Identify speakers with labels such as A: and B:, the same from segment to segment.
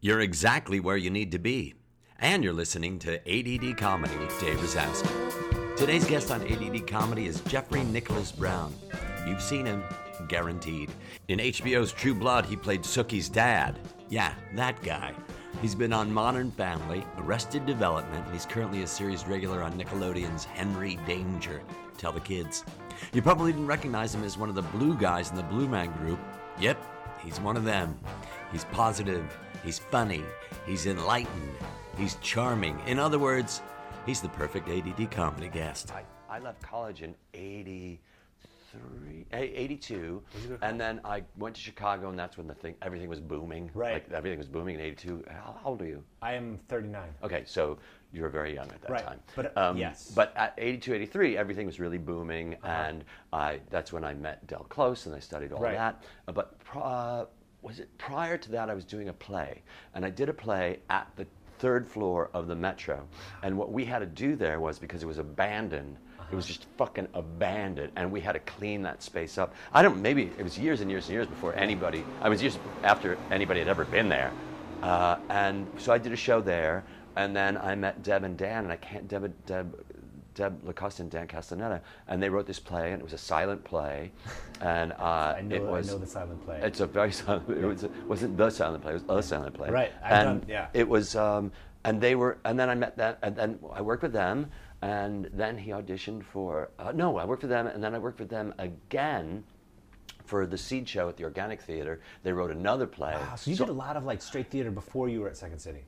A: You're exactly where you need to be. And you're listening to ADD Comedy with Dave Rosowski. Today's guest on ADD Comedy is Jeffrey Nicholas Brown. You've seen him, guaranteed. In HBO's True Blood, he played Sookie's dad. Yeah, that guy. He's been on Modern Family, Arrested Development, and he's currently a series regular on Nickelodeon's Henry Danger. Tell the kids. You probably didn't recognize him as one of the blue guys in the Blue Man group. Yep, he's one of them. He's positive, he's funny, he's enlightened, he's charming. In other words, he's the perfect ADD comedy guest. I, I left college in 80- 82 and then i went to chicago and that's when the thing everything was booming
B: Right.
A: like everything was booming in 82 how old are you
B: I am 39.
A: okay so you were very young at that
B: Right,
A: time Um,
B: but, yes. Uh-huh.
A: but at 82 83 everything was really booming and i that's when i met del close and i studied all
B: Right.
A: that Uh, but pr- uh, was it prior to that i was doing a play and i did a play at the third floor of the metro and what we had to do there was because it was abandoned it was just fucking abandoned, and we had to clean that space up. I don't. Maybe it was years and years and years before anybody. I was years after anybody had ever been there, uh, and so I did a show there, and then I met Deb and Dan, and I can't Deb and- Deb. Deb Lacoste and Dan Castaneda, and they wrote this play, and it was a silent play, and uh,
B: I know,
A: it was
B: I know the silent play.
A: it's a very silent. It was, wasn't the silent play. It was a silent play.
B: Right, I've
A: and
B: done- yeah.
A: It was, um, and they were, and then I met them, and then I worked with them, and then he auditioned for. Uh, no, I worked with them, and then I worked with them again for the Seed Show at the Organic Theater. They wrote another play.
B: Wow, so you
A: So-
B: did a lot of like straight theater before you were at Second City.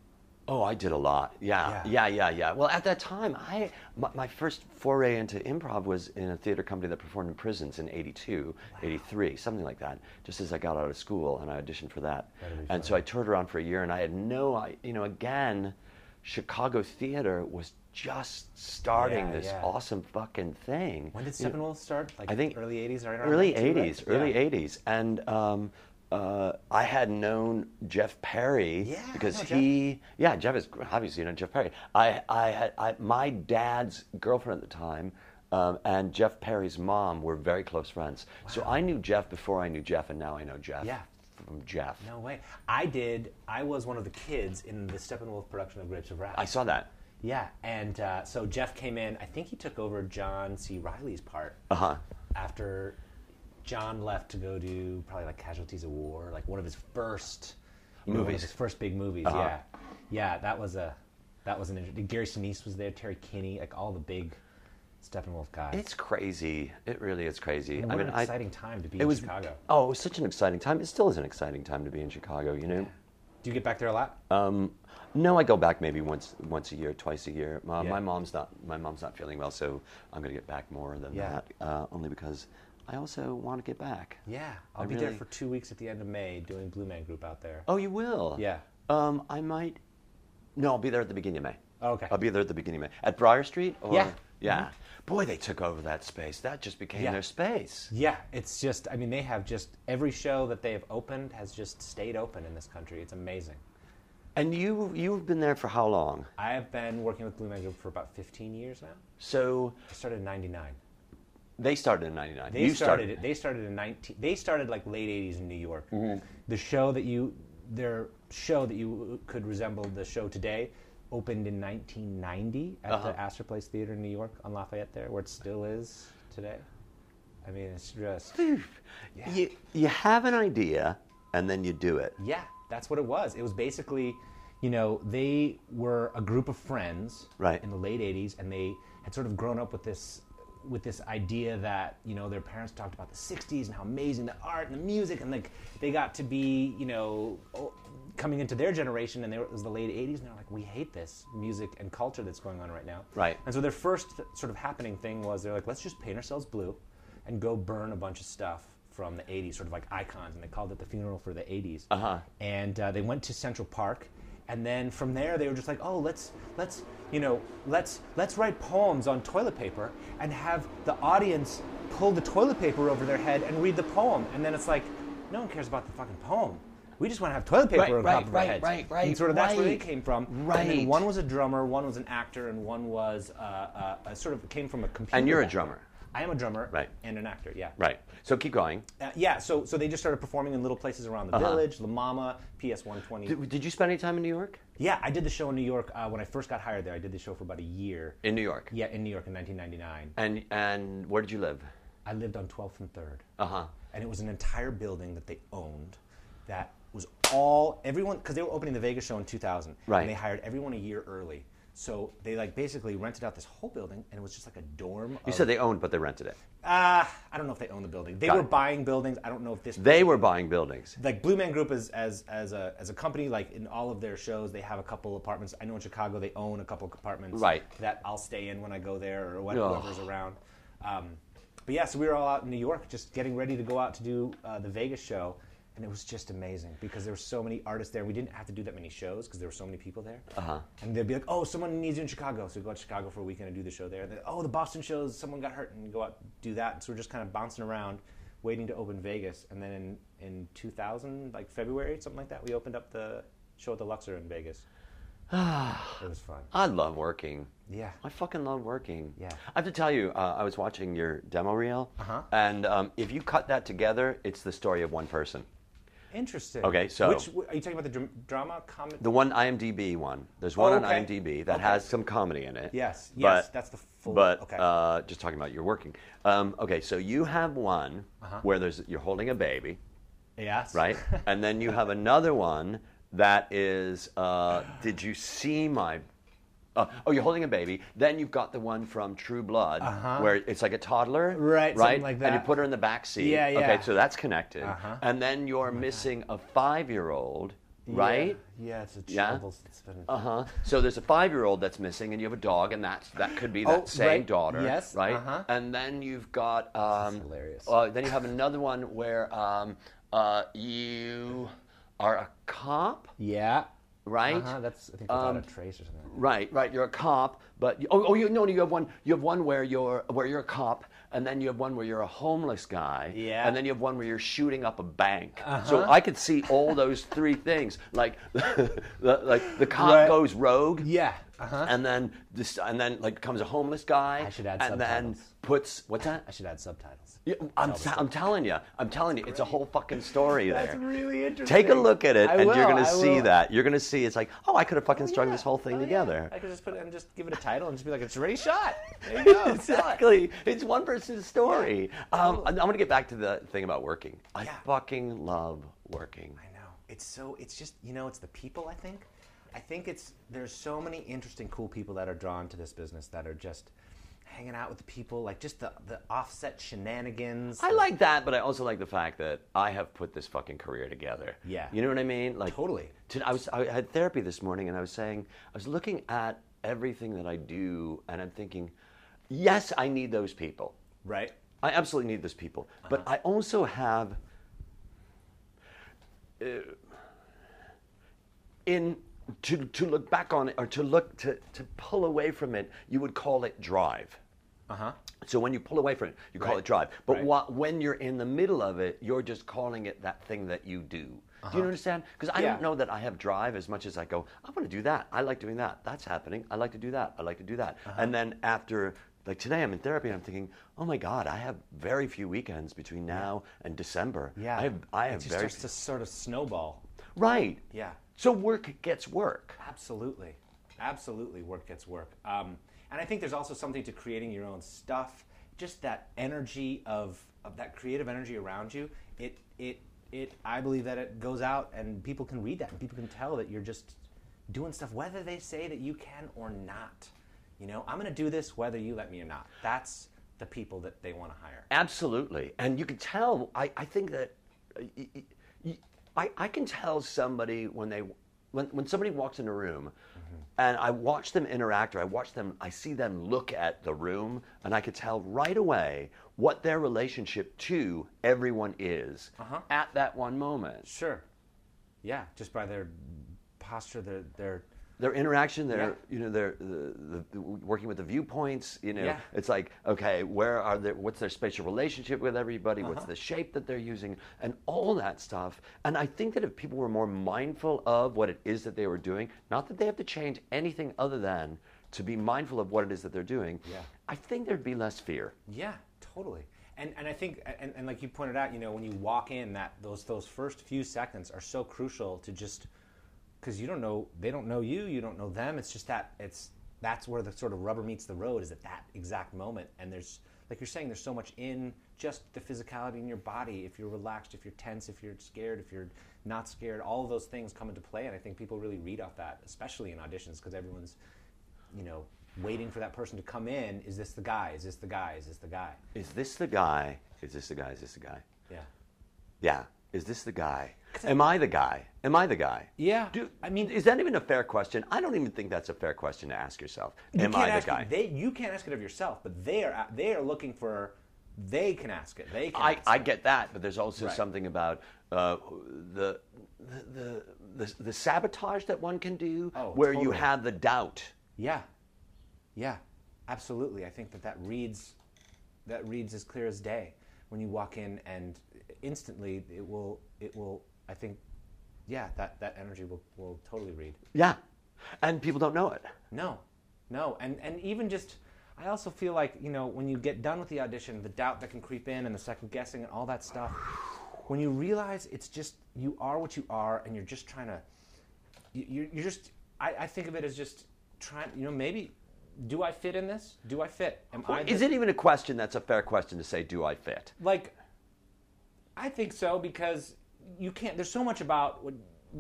A: Oh, I did a lot. Yeah, yeah,
B: Yeah.
A: yeah, yeah. Well, at that time, I my, my first foray into improv was in a theater company that performed in prisons in 82, 83, something like that. Just as I got out of school, and I auditioned for that.
B: That'd be
A: And so I toured around for a year, and I had no, I you know, again, Chicago theater was just starting
B: Yeah,
A: this
B: yeah.
A: awesome fucking thing.
B: When did
A: You know,
B: Steppenwolf start? Like
A: I think
B: early 80s or around
A: early
B: that too, right?
A: 80s, early
B: Yeah.
A: 80s, and um, uh, I had known Jeff Perry
B: Yeah, I
A: because
B: know Jeff.
A: he, yeah, Jeff is obviously you know Jeff Perry. I, I had I, my dad's girlfriend at the time. Um, and Jeff Perry's mom were very close friends. So I knew Jeff before I knew Jeff, and now I know Jeff
B: Yeah.
A: from Jeff.
B: No way. I did. I was one of the kids in the Steppenwolf production of Grapes of Wrath.
A: I saw that.
B: Yeah, and uh, so Jeff came in. I think he took over John C. Riley's part
A: Uh huh.
B: after John left to go do probably like Casualties of War, like one of his first you know, one of
A: Movies. Uh-huh.
B: his first big movies. Yeah, yeah, that was a that was an interesting. Gary Sinise was there, Terry Kinney, like all the big Steppenwolf guys.
A: It's crazy. It really is crazy.
B: what
A: I mean,
B: an
A: I-
B: exciting time to be
A: it
B: in
A: was
B: Chicago.
A: Oh, it was such an exciting time. It still is an exciting time to be in Chicago. You know.
B: Do you get back there a lot?
A: Uh, No, I go back maybe once once a year, twice a year. My,
B: Yeah.
A: my mom's not my mom's not feeling well, so I'm going to get back more than
B: Yeah.
A: that. Uh, only because I also want to get back.
B: yeah, I'll
A: I
B: be
A: really-
B: there for two weeks at the end of May doing Blue Man Group out there.
A: Oh, you will.
B: Yeah.
A: Um, I might. No, I'll be there at the beginning of May.
B: Oh, okay.
A: I'll be there at the beginning of May at Briar Street. Or,
B: Yeah. Mm-hmm.
A: Yeah. Boy, they took over that space. That just became
B: Yeah.
A: their space.
B: Yeah, it's just, I mean, they have just, every show that they have opened has just stayed open in this country. It's amazing.
A: And you you've been there for how long?
B: I have been working with Blue Man Group for about 15 years now.
A: So
B: I started in 99.
A: they started in '99.
B: They
A: you
B: started, it. They started in 19. They started like late 80s in New York. The show that you, their show that you uh, could resemble the show today, opened in 1990 at the Astor Place Theater in New York on Lafayette there, where it still is today. I mean, it's just
A: You you have an idea and then you do it.
B: yeah, that's what it was. It was basically, you know, they were a group of friends
A: Right.
B: in the late 80s and they had sort of grown up with this with this idea that, you know, their parents talked about the 60s and how amazing the art and the music and like they got to be, you know, o- coming into their generation and they were, it was the late 80s and they're like we hate this music and culture that's going on right now.
A: Right.
B: And so their first sort of happening thing was they're like let's just paint ourselves blue and go burn a bunch of stuff from the 80s, sort of like icons, and they called it the funeral for the 80s. Uh-huh. And uh, they went to Central Park, and then from there they were just like, oh, let's let's you know let's let's write poems on toilet paper and have the audience pull the toilet paper over their head and read the poem, and then it's like, no one cares about the fucking poem. We just want to have toilet paper
A: Right,
B: on
A: right,
B: top of our
A: right,
B: heads.
A: right, right,
B: And sort of that's where they
A: right.
B: came from. And
A: Right.
B: then one was a drummer, one was an actor, and one was uh, uh, uh, sort of came from a computer.
A: And you're a
B: background.
A: drummer.
B: I am a drummer
A: Right.
B: and an actor. Yeah.
A: Right. So keep going.
B: Uh, yeah. So so they just started performing in little places around the village, La Mama, PS 120.
A: Uh-huh. Did, did you spend any time in New York?
B: yeah, I did the show in New York uh, when I first got hired there. I did the show for about a year.
A: In New York.
B: Yeah, in New York in 1999.
A: And and where did you live?
B: I lived on 12th and 3rd.
A: Uh huh.
B: and it was an entire building that they owned that was all everyone because they were opening the Vegas show in 2000
A: Right.
B: and they hired everyone a year early so they like basically rented out this whole building and it was just like a dorm
A: You
B: of,
A: said they owned, but they rented it.
B: uh, I don't know if they owned the building they
A: Got
B: were
A: it.
B: buying buildings I don't know if this
A: They were buying buildings.
B: like Blue Man Group as as as a as a company like in all of their shows they have a couple apartments I know in Chicago they own a couple apartments
A: Right.
B: that I'll stay in when I go there or
A: Ugh.
B: whatever's whoever's around um, but yeah so we were all out in New York just getting ready to go out to do uh, the Vegas show and it was just amazing because there were so many artists there we didn't have to do that many shows because there were so many people there uh-huh. and they'd be like oh someone needs you in Chicago so we go out to Chicago for a weekend and do the show there and then, oh the Boston shows someone got hurt and go out and do that and so we're just kind of bouncing around waiting to open Vegas and then in, in 2000 like February something like that we opened up the show at the Luxor in Vegas it was fun
A: I love working.
B: Yeah.
A: I fucking love working.
B: Yeah.
A: I have to tell you, uh, I was watching your demo reel,
B: Uh-huh.
A: and um, if you cut that together, it's the story of one person.
B: Interesting.
A: Okay, so-
B: which are you talking about the dr- drama comedy?
A: The one IMDb one. There's one
B: Oh, okay.
A: on IMDb that
B: Okay.
A: has some comedy in it.
B: yes, yes,
A: but-
B: that's the full.
A: But
B: okay,
A: uh, just talking about your working. Um, okay, so you have one
B: Uh-huh.
A: where there's you're holding a baby,
B: yes,
A: right? and then you have another one that is, uh, did you see my? Uh, oh, you're holding a baby. Then you've got the one from True Blood where it's like a toddler,
B: Uh-huh. Right, something
A: Right,
B: like
A: And you
B: that.
A: put her in the back seat.
B: Yeah, Uh-huh.
A: Okay,
B: yeah.
A: so that's connected. And then you're missing a five-year-old, right?
B: Yeah, yeah it's a
A: Yeah?
B: trouble. It's been-
A: Uh huh. So there's a five-year-old that's missing, and you have a dog, and that's that could be that
B: Oh,
A: same
B: right.
A: daughter,
B: Yes,
A: right?
B: uh-huh.
A: And then you've got um,
B: hilarious.
A: Uh, then you have another one where um, uh, you are a cop,
B: yeah,
A: right? Um,
B: Uh-huh, that's I think that's out of trace or something.
A: Right, right. You're a cop, but you, oh, oh, you no, no, you have one. You have one where you're where you're a cop, and then you have one where you're a homeless guy.
B: Yeah. Uh-huh.
A: And then you have one where you're shooting up a bank. So I could see all those three things. Like, the, like the cop
B: Right.
A: goes rogue.
B: Yeah, uh-huh.
A: And then this, and then like comes a homeless guy.
B: I should add
A: And then
B: subtitles.
A: puts what's that?
B: I should add subtitles.
A: Yeah, I'm, t- I'm telling you, I'm telling you, it's a whole fucking story there.
B: really interesting.
A: Take a look at it,
B: I
A: and
B: will,
A: you're gonna
B: I
A: see
B: will.
A: that. You're gonna see it's like, oh, I could have fucking strung
B: Yeah.
A: this whole thing
B: Oh, yeah.
A: together.
B: I could just put it and just give it a title and just be like, it's already shot. There you go. Oh.
A: exactly. It's one person's story. Um, I'm going to get back to the thing about working. I
B: Yeah.
A: fucking love working.
B: I know. It's so. It's just you know. It's the people. I think. I think it's there's so many interesting, cool people that are drawn to this business that are just hanging out with the people, like just the the offset shenanigans.
A: I like that, but I also like the fact that I have put this fucking career together.
B: Yeah.
A: You know what I mean? Like
B: Totally.
A: to- I was I had therapy this morning, and I was saying I was looking at everything that I do, and I'm thinking, yes, I need those people.
B: right.
A: I absolutely need those people,
B: Uh-huh.
A: but I also have. uh, in to to look back on it or to look to to pull away from it, you would call it drive.
B: Uh huh.
A: So when you pull away from it, you call
B: Right.
A: it drive. But
B: Right.
A: wha- when you're in the middle of it, you're just calling it that thing that you do.
B: Uh-huh.
A: Do you understand? Because I
B: Yeah.
A: don't know that I have drive as much as I go. I want to do that. I like doing that. That's happening. I like to do that. I like to do that.
B: Uh-huh.
A: And then after, like today, I'm in therapy and I'm thinking, oh my god, I have very few weekends between now and December.
B: Yeah.
A: I have, I have
B: It just
A: very
B: starts to sort of snowball.
A: right.
B: Yeah.
A: So work gets work.
B: Absolutely. Absolutely, work gets work. Um, and I think there's also something to creating your own stuff. Just that energy of, of that creative energy around you. It it it. I believe that it goes out and people can read that and people can tell that you're just doing stuff, whether they say that you can or not. You know, I'm going to do this whether you let me or not. That's the people that they want to hire.
A: Absolutely. And you can tell, I, I think that uh, y- y- y- I, I can tell somebody when they, when, when somebody walks in a room and I watch them interact or I watch them, I see them look at the room and I could tell right away what their relationship to everyone is at that one moment.
B: Sure. Yeah, just by their posture, their their
A: their interaction, their
B: Yeah.
A: you know, their the, the, the working with the viewpoints. You know,
B: Yeah.
A: it's like okay, where are their what's their spatial relationship with everybody? What's
B: Uh-huh.
A: the shape that they're using, and all that stuff. And I think that if people were more mindful of what it is that they were doing, not that they have to change anything other than to be mindful of what it is that they're doing.
B: Yeah.
A: I think there'd be less fear.
B: Yeah, Totally. And and I think and, and like you pointed out, you know, when you walk in, that those those first few seconds are so crucial to just because you don't know they don't know you, you don't know them. It's just that it's that's where the sort of rubber meets the road is at that exact moment. And there's like you're saying, there's so much in just the physicality in your body. If you're relaxed, if you're tense, if you're scared, if you're not scared, all of those things come into play. And I think people really read off that, especially in auditions, because everyone's you know waiting for that person to come in. Is this the guy? Is this the guy? Is this the guy?
A: Is this the guy? Is this the guy? Is this the guy?
B: Yeah.
A: Yeah. Is this the guy? Am I the guy? Am I the guy?
B: Yeah.
A: Do,
B: I mean,
A: is that even a fair question? I don't even think that's a fair question to ask yourself. Am
B: can't
A: I the
B: ask
A: guy?
B: It, they, you can't ask it of yourself, but they are they are looking for. They can ask it. They can.
A: I,
B: ask
A: I
B: it.
A: get that, but there's also
B: Right.
A: something about uh, the, the, the, the sabotage that one can do
B: Oh,
A: where you
B: totally.
A: have the doubt.
B: Yeah, yeah, absolutely. I think that that reads that reads as clear as day when you walk in, and instantly it will it will. I think, yeah, that that energy will will totally read.
A: Yeah. And people don't know it.
B: No, no, and and even just, I also feel like you know when you get done with the audition, the doubt that can creep in and the second guessing and all that stuff. When you realize it's just you are what you are, and you're just trying to, you- you're you're just. I, I think of it as just trying. You know, maybe, do I fit in this? Do I fit? Am I?
A: Is
B: the-
A: it even a question that's a fair question to say, do I fit?
B: like i think so because you can't there's so much about what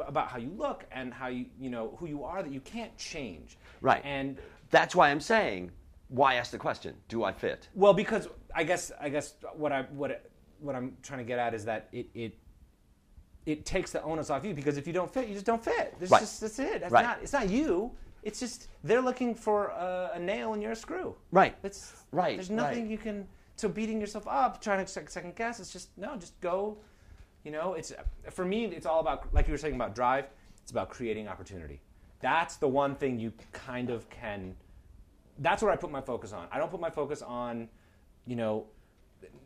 B: about how you look and how you you know who you are that you can't change
A: Right.
B: and
A: That's why I'm saying, why ask the question, do I fit?
B: well because i guess i guess what i what what i'm trying to get at is that it it it takes the onus off you because if you don't fit you just don't fit There's
A: Right.
B: just, that's it that's
A: Right.
B: not it's not you it's just they're looking for a, a nail and you're a screw
A: Right.
B: it's
A: Right,
B: there's nothing
A: right.
B: you can so beating yourself up trying to sec- second guess it's just no just go you know it's for me it's all about like you were saying about drive it's about creating opportunity that's the one thing you kind of can that's where i put my focus on i don't put my focus on you know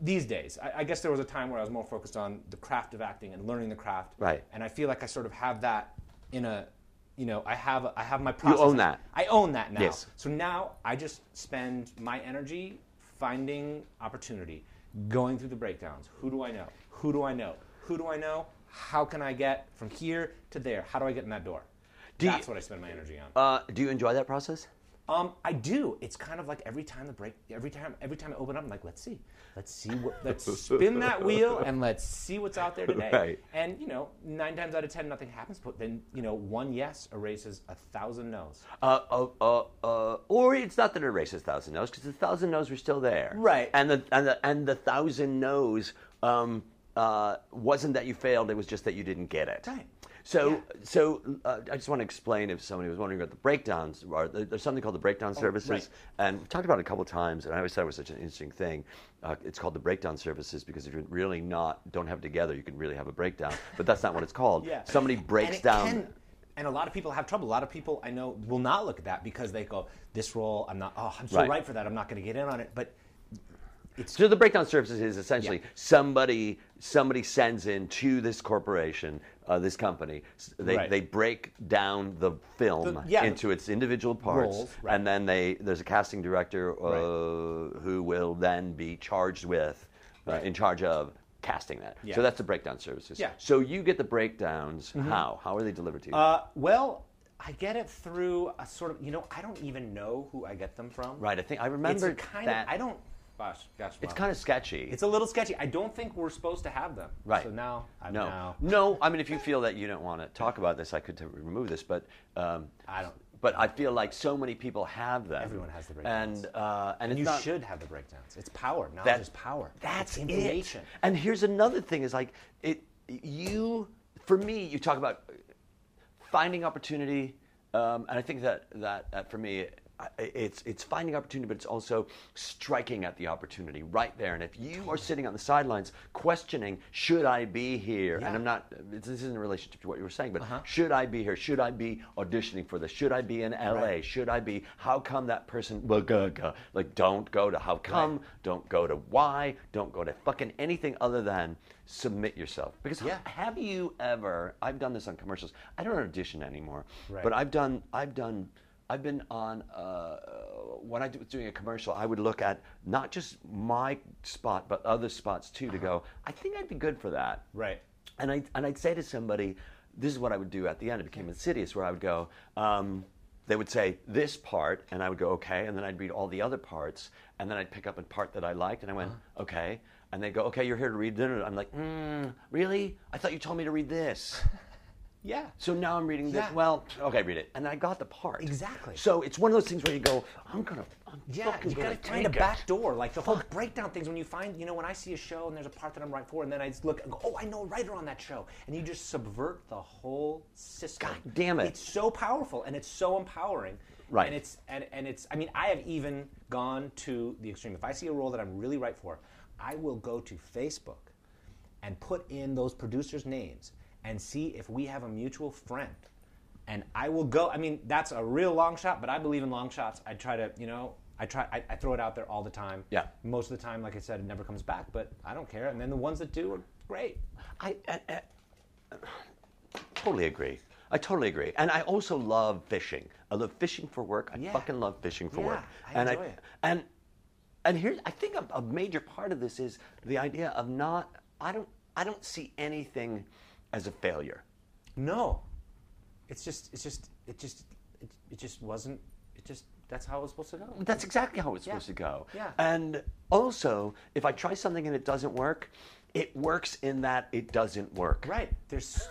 B: these days I, I guess there was a time where i was more focused on the craft of acting and learning the craft
A: Right.
B: and i feel like i sort of have that in a you know i have i have my process
A: own that.
B: I own that now.
A: Yes.
B: So now I just spend my energy finding opportunity, going through the breakdowns. Who do I know? Who do I know? Who do I know? How can I get from here to there? How do I get in that door?
A: Do you-
B: That's what I spend my energy on.
A: Uh, do you enjoy that process?
B: Um, I do. It's kind of like every time the break, every time, every time I open up, I'm like, let's see, let's see what, let's spin that wheel and let's see what's out there today.
A: Right.
B: And you know, nine times out of ten, nothing happens. But then, you know, one yes erases a thousand no's.
A: Uh, uh, uh, uh, or it's not that it erases thousand no's because the thousand no's were still there,
B: Right.
A: And the and the and the thousand no's um, uh, wasn't that you failed; it was just that you didn't get it.
B: Right.
A: So so uh, I just want to explain if somebody was wondering about the breakdowns. Or there- there's something called the breakdown services,
B: Oh, right.
A: and we've talked about it a couple times. And I always thought it was such an interesting thing. Uh, it's called the breakdown services because if you're really not don't have it together, you can really have a breakdown. But that's not what it's called.
B: Yeah.
A: Somebody breaks
B: and it
A: down.
B: can- and a lot of people have trouble. A lot of people I know will not look at that because they go, "This role, I'm not. Oh, I'm so
A: Right.
B: right, for that. I'm not going to get in on it." But
A: So the breakdown services is essentially
B: Yeah.
A: somebody somebody sends in to this corporation, uh, this company. s- They,
B: Right.
A: they break down the film
B: The- yeah,
A: into its individual parts,
B: roles, right.
A: and then they there's a casting director uh, who will then be charged with, uh, in charge of casting that.
B: Yeah.
A: So that's the breakdown services.
B: Yeah. Mm-hmm.
A: So you get the breakdowns. How how are they delivered to you?
B: uh, well, I get it through a sort of you know I don't even know who I get them from.
A: right. I think I
B: It's
A: remember
B: a kind
A: that.
B: of I don't. Gosh, gosh,
A: it's kind of sketchy.
B: It's a little sketchy. I don't think we're supposed to have them.
A: Right.
B: So now I'm
A: no,
B: now
A: no. I mean, if you feel that you don't want to talk about this, I could t- remove this, but um,
B: I don't.
A: But I feel like so many people have them.
B: Everyone has the breakdowns.
A: and uh, and it's
B: You
A: not-
B: should have the breakdowns. It's power. Knowledge
A: That-
B: is power.
A: That's
B: it's information.
A: it. And here's another thing: is like it. You, for me, you talk about finding opportunity, um, and I think that that, that for me. I- It's it's finding opportunity, but it's also striking at the opportunity right there. And if you are sitting on the sidelines questioning, should I be here? And
B: Yeah.
A: I'm not. This isn't in relationship to what you were saying, but
B: Uh-huh.
A: should I be here? Should I be auditioning for this? Should I be in LA?
B: Right.
A: Should I be? How come that person? Blah, blah, blah. Like, don't go to how come. Don't go to why. Don't go to fucking anything other than submit yourself. Because
B: Yeah.
A: have you ever? I've done this on commercials. I don't audition anymore,
B: Right.
A: but I've done. I've done I've been on uh, when I do- was doing a commercial, I would look at not just my spot but other spots too to
B: Uh-huh.
A: go. I think I'd be good for that.
B: Right.
A: And I and I'd say to somebody, this is what I would do at the end. It became insidious, where I would go. Um, they would say this part, and I would go okay, and then I'd read all the other parts, and then I'd pick up a part that I liked, and I went
B: Uh-huh.
A: okay, and they go okay, you're here to read. Dinner. I'm like, mm, really? I thought you told me to read this.
B: Yeah.
A: So now I'm reading this.
B: Yeah.
A: Well, okay, read it, and I got the part
B: Exactly.
A: So it's one of those things where you go, I'm gonna, I'm
B: Yeah,
A: fucking
B: you
A: gonna
B: gotta find a
A: take it.
B: back door. Like the whole breakdown things. When you find, you know, when I see a show and there's a part that I'm right for, and then I just look and go, oh, I know a writer on that show, and you just subvert the whole system.
A: God damn it.
B: It's so powerful and it's so empowering.
A: Right.
B: And it's and, and it's. I mean, I have even gone to the extreme. If I see a role that I'm really right for, I will go to Facebook and put in those producers' names and see if we have a mutual friend. And I will go. I mean, that's a real long shot, but I believe in long shots. I try to, you know, I try. I, I throw it out there all the time.
A: Yeah.
B: Most of the time, like I said, it never comes back, but I don't care. And then the ones that do are great.
A: I, I, I totally agree. I totally agree. And I also love fishing. I love fishing for work. I
B: Yeah.
A: fucking love fishing for
B: Yeah,
A: work.
B: I
A: and
B: enjoy it.
A: and and here I think a, a major part of this is the idea of not I don't I don't see anything as a failure.
B: No, it's just, it's just, it just, it, it just wasn't. It just that's how it was supposed to go.
A: That's exactly how it's
B: Yeah.
A: supposed to go.
B: Yeah.
A: And also, if I try something and it doesn't work, it works in that it doesn't work.
B: Right. There's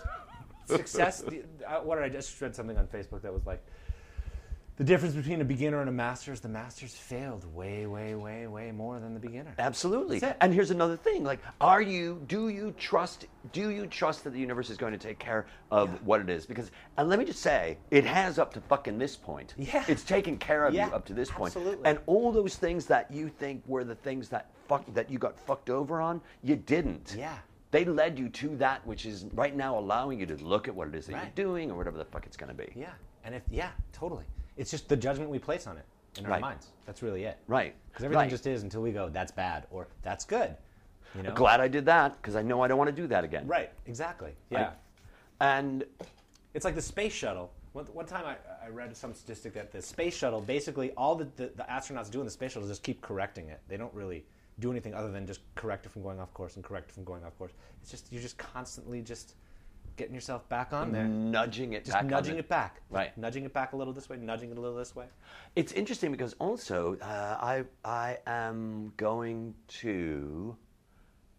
B: success. the- uh, What did I just read something on Facebook that was like, the difference between a beginner and a master is the master's failed way, way, way, way more than the beginner.
A: Absolutely.
B: That's it.
A: And here's another thing: like, are you? Do you trust? Do you trust that the universe is going to take care of what it is? Because, and let me just say, it has up to fucking this point.
B: Yeah.
A: It's taken care of
B: Yeah,
A: you up to this point.
B: absolutely.
A: And all those things that you think were the things that fuck that you got fucked over on, you didn't.
B: Yeah.
A: They led you to that which is right now allowing you to look at what it is that
B: Right.
A: you're doing or whatever the fuck it's going to be.
B: Yeah. And if yeah, totally. It's just the judgment we place on it in our
A: Right.
B: minds. That's really it.
A: Right.
B: Because everything
A: Right.
B: just is until we go, that's bad or that's good. You know.
A: Glad I did that because I know I don't want to do that again.
B: Right. Exactly. Yeah.
A: And
B: It's like the space shuttle. One, one time I, I read some statistic that the space shuttle, basically, all the, the, the astronauts do in the space shuttle is just keep correcting it. They don't really do anything other than just correct it from going off course and correct it from going off course. It's just, you're just constantly just getting yourself back on there.
A: nudging it
B: Just
A: Mm, back on
B: nudging
A: the-
B: it back.
A: Right.
B: Nudging it back a little this way, nudging it a little this way.
A: It's interesting because also uh, I I am going to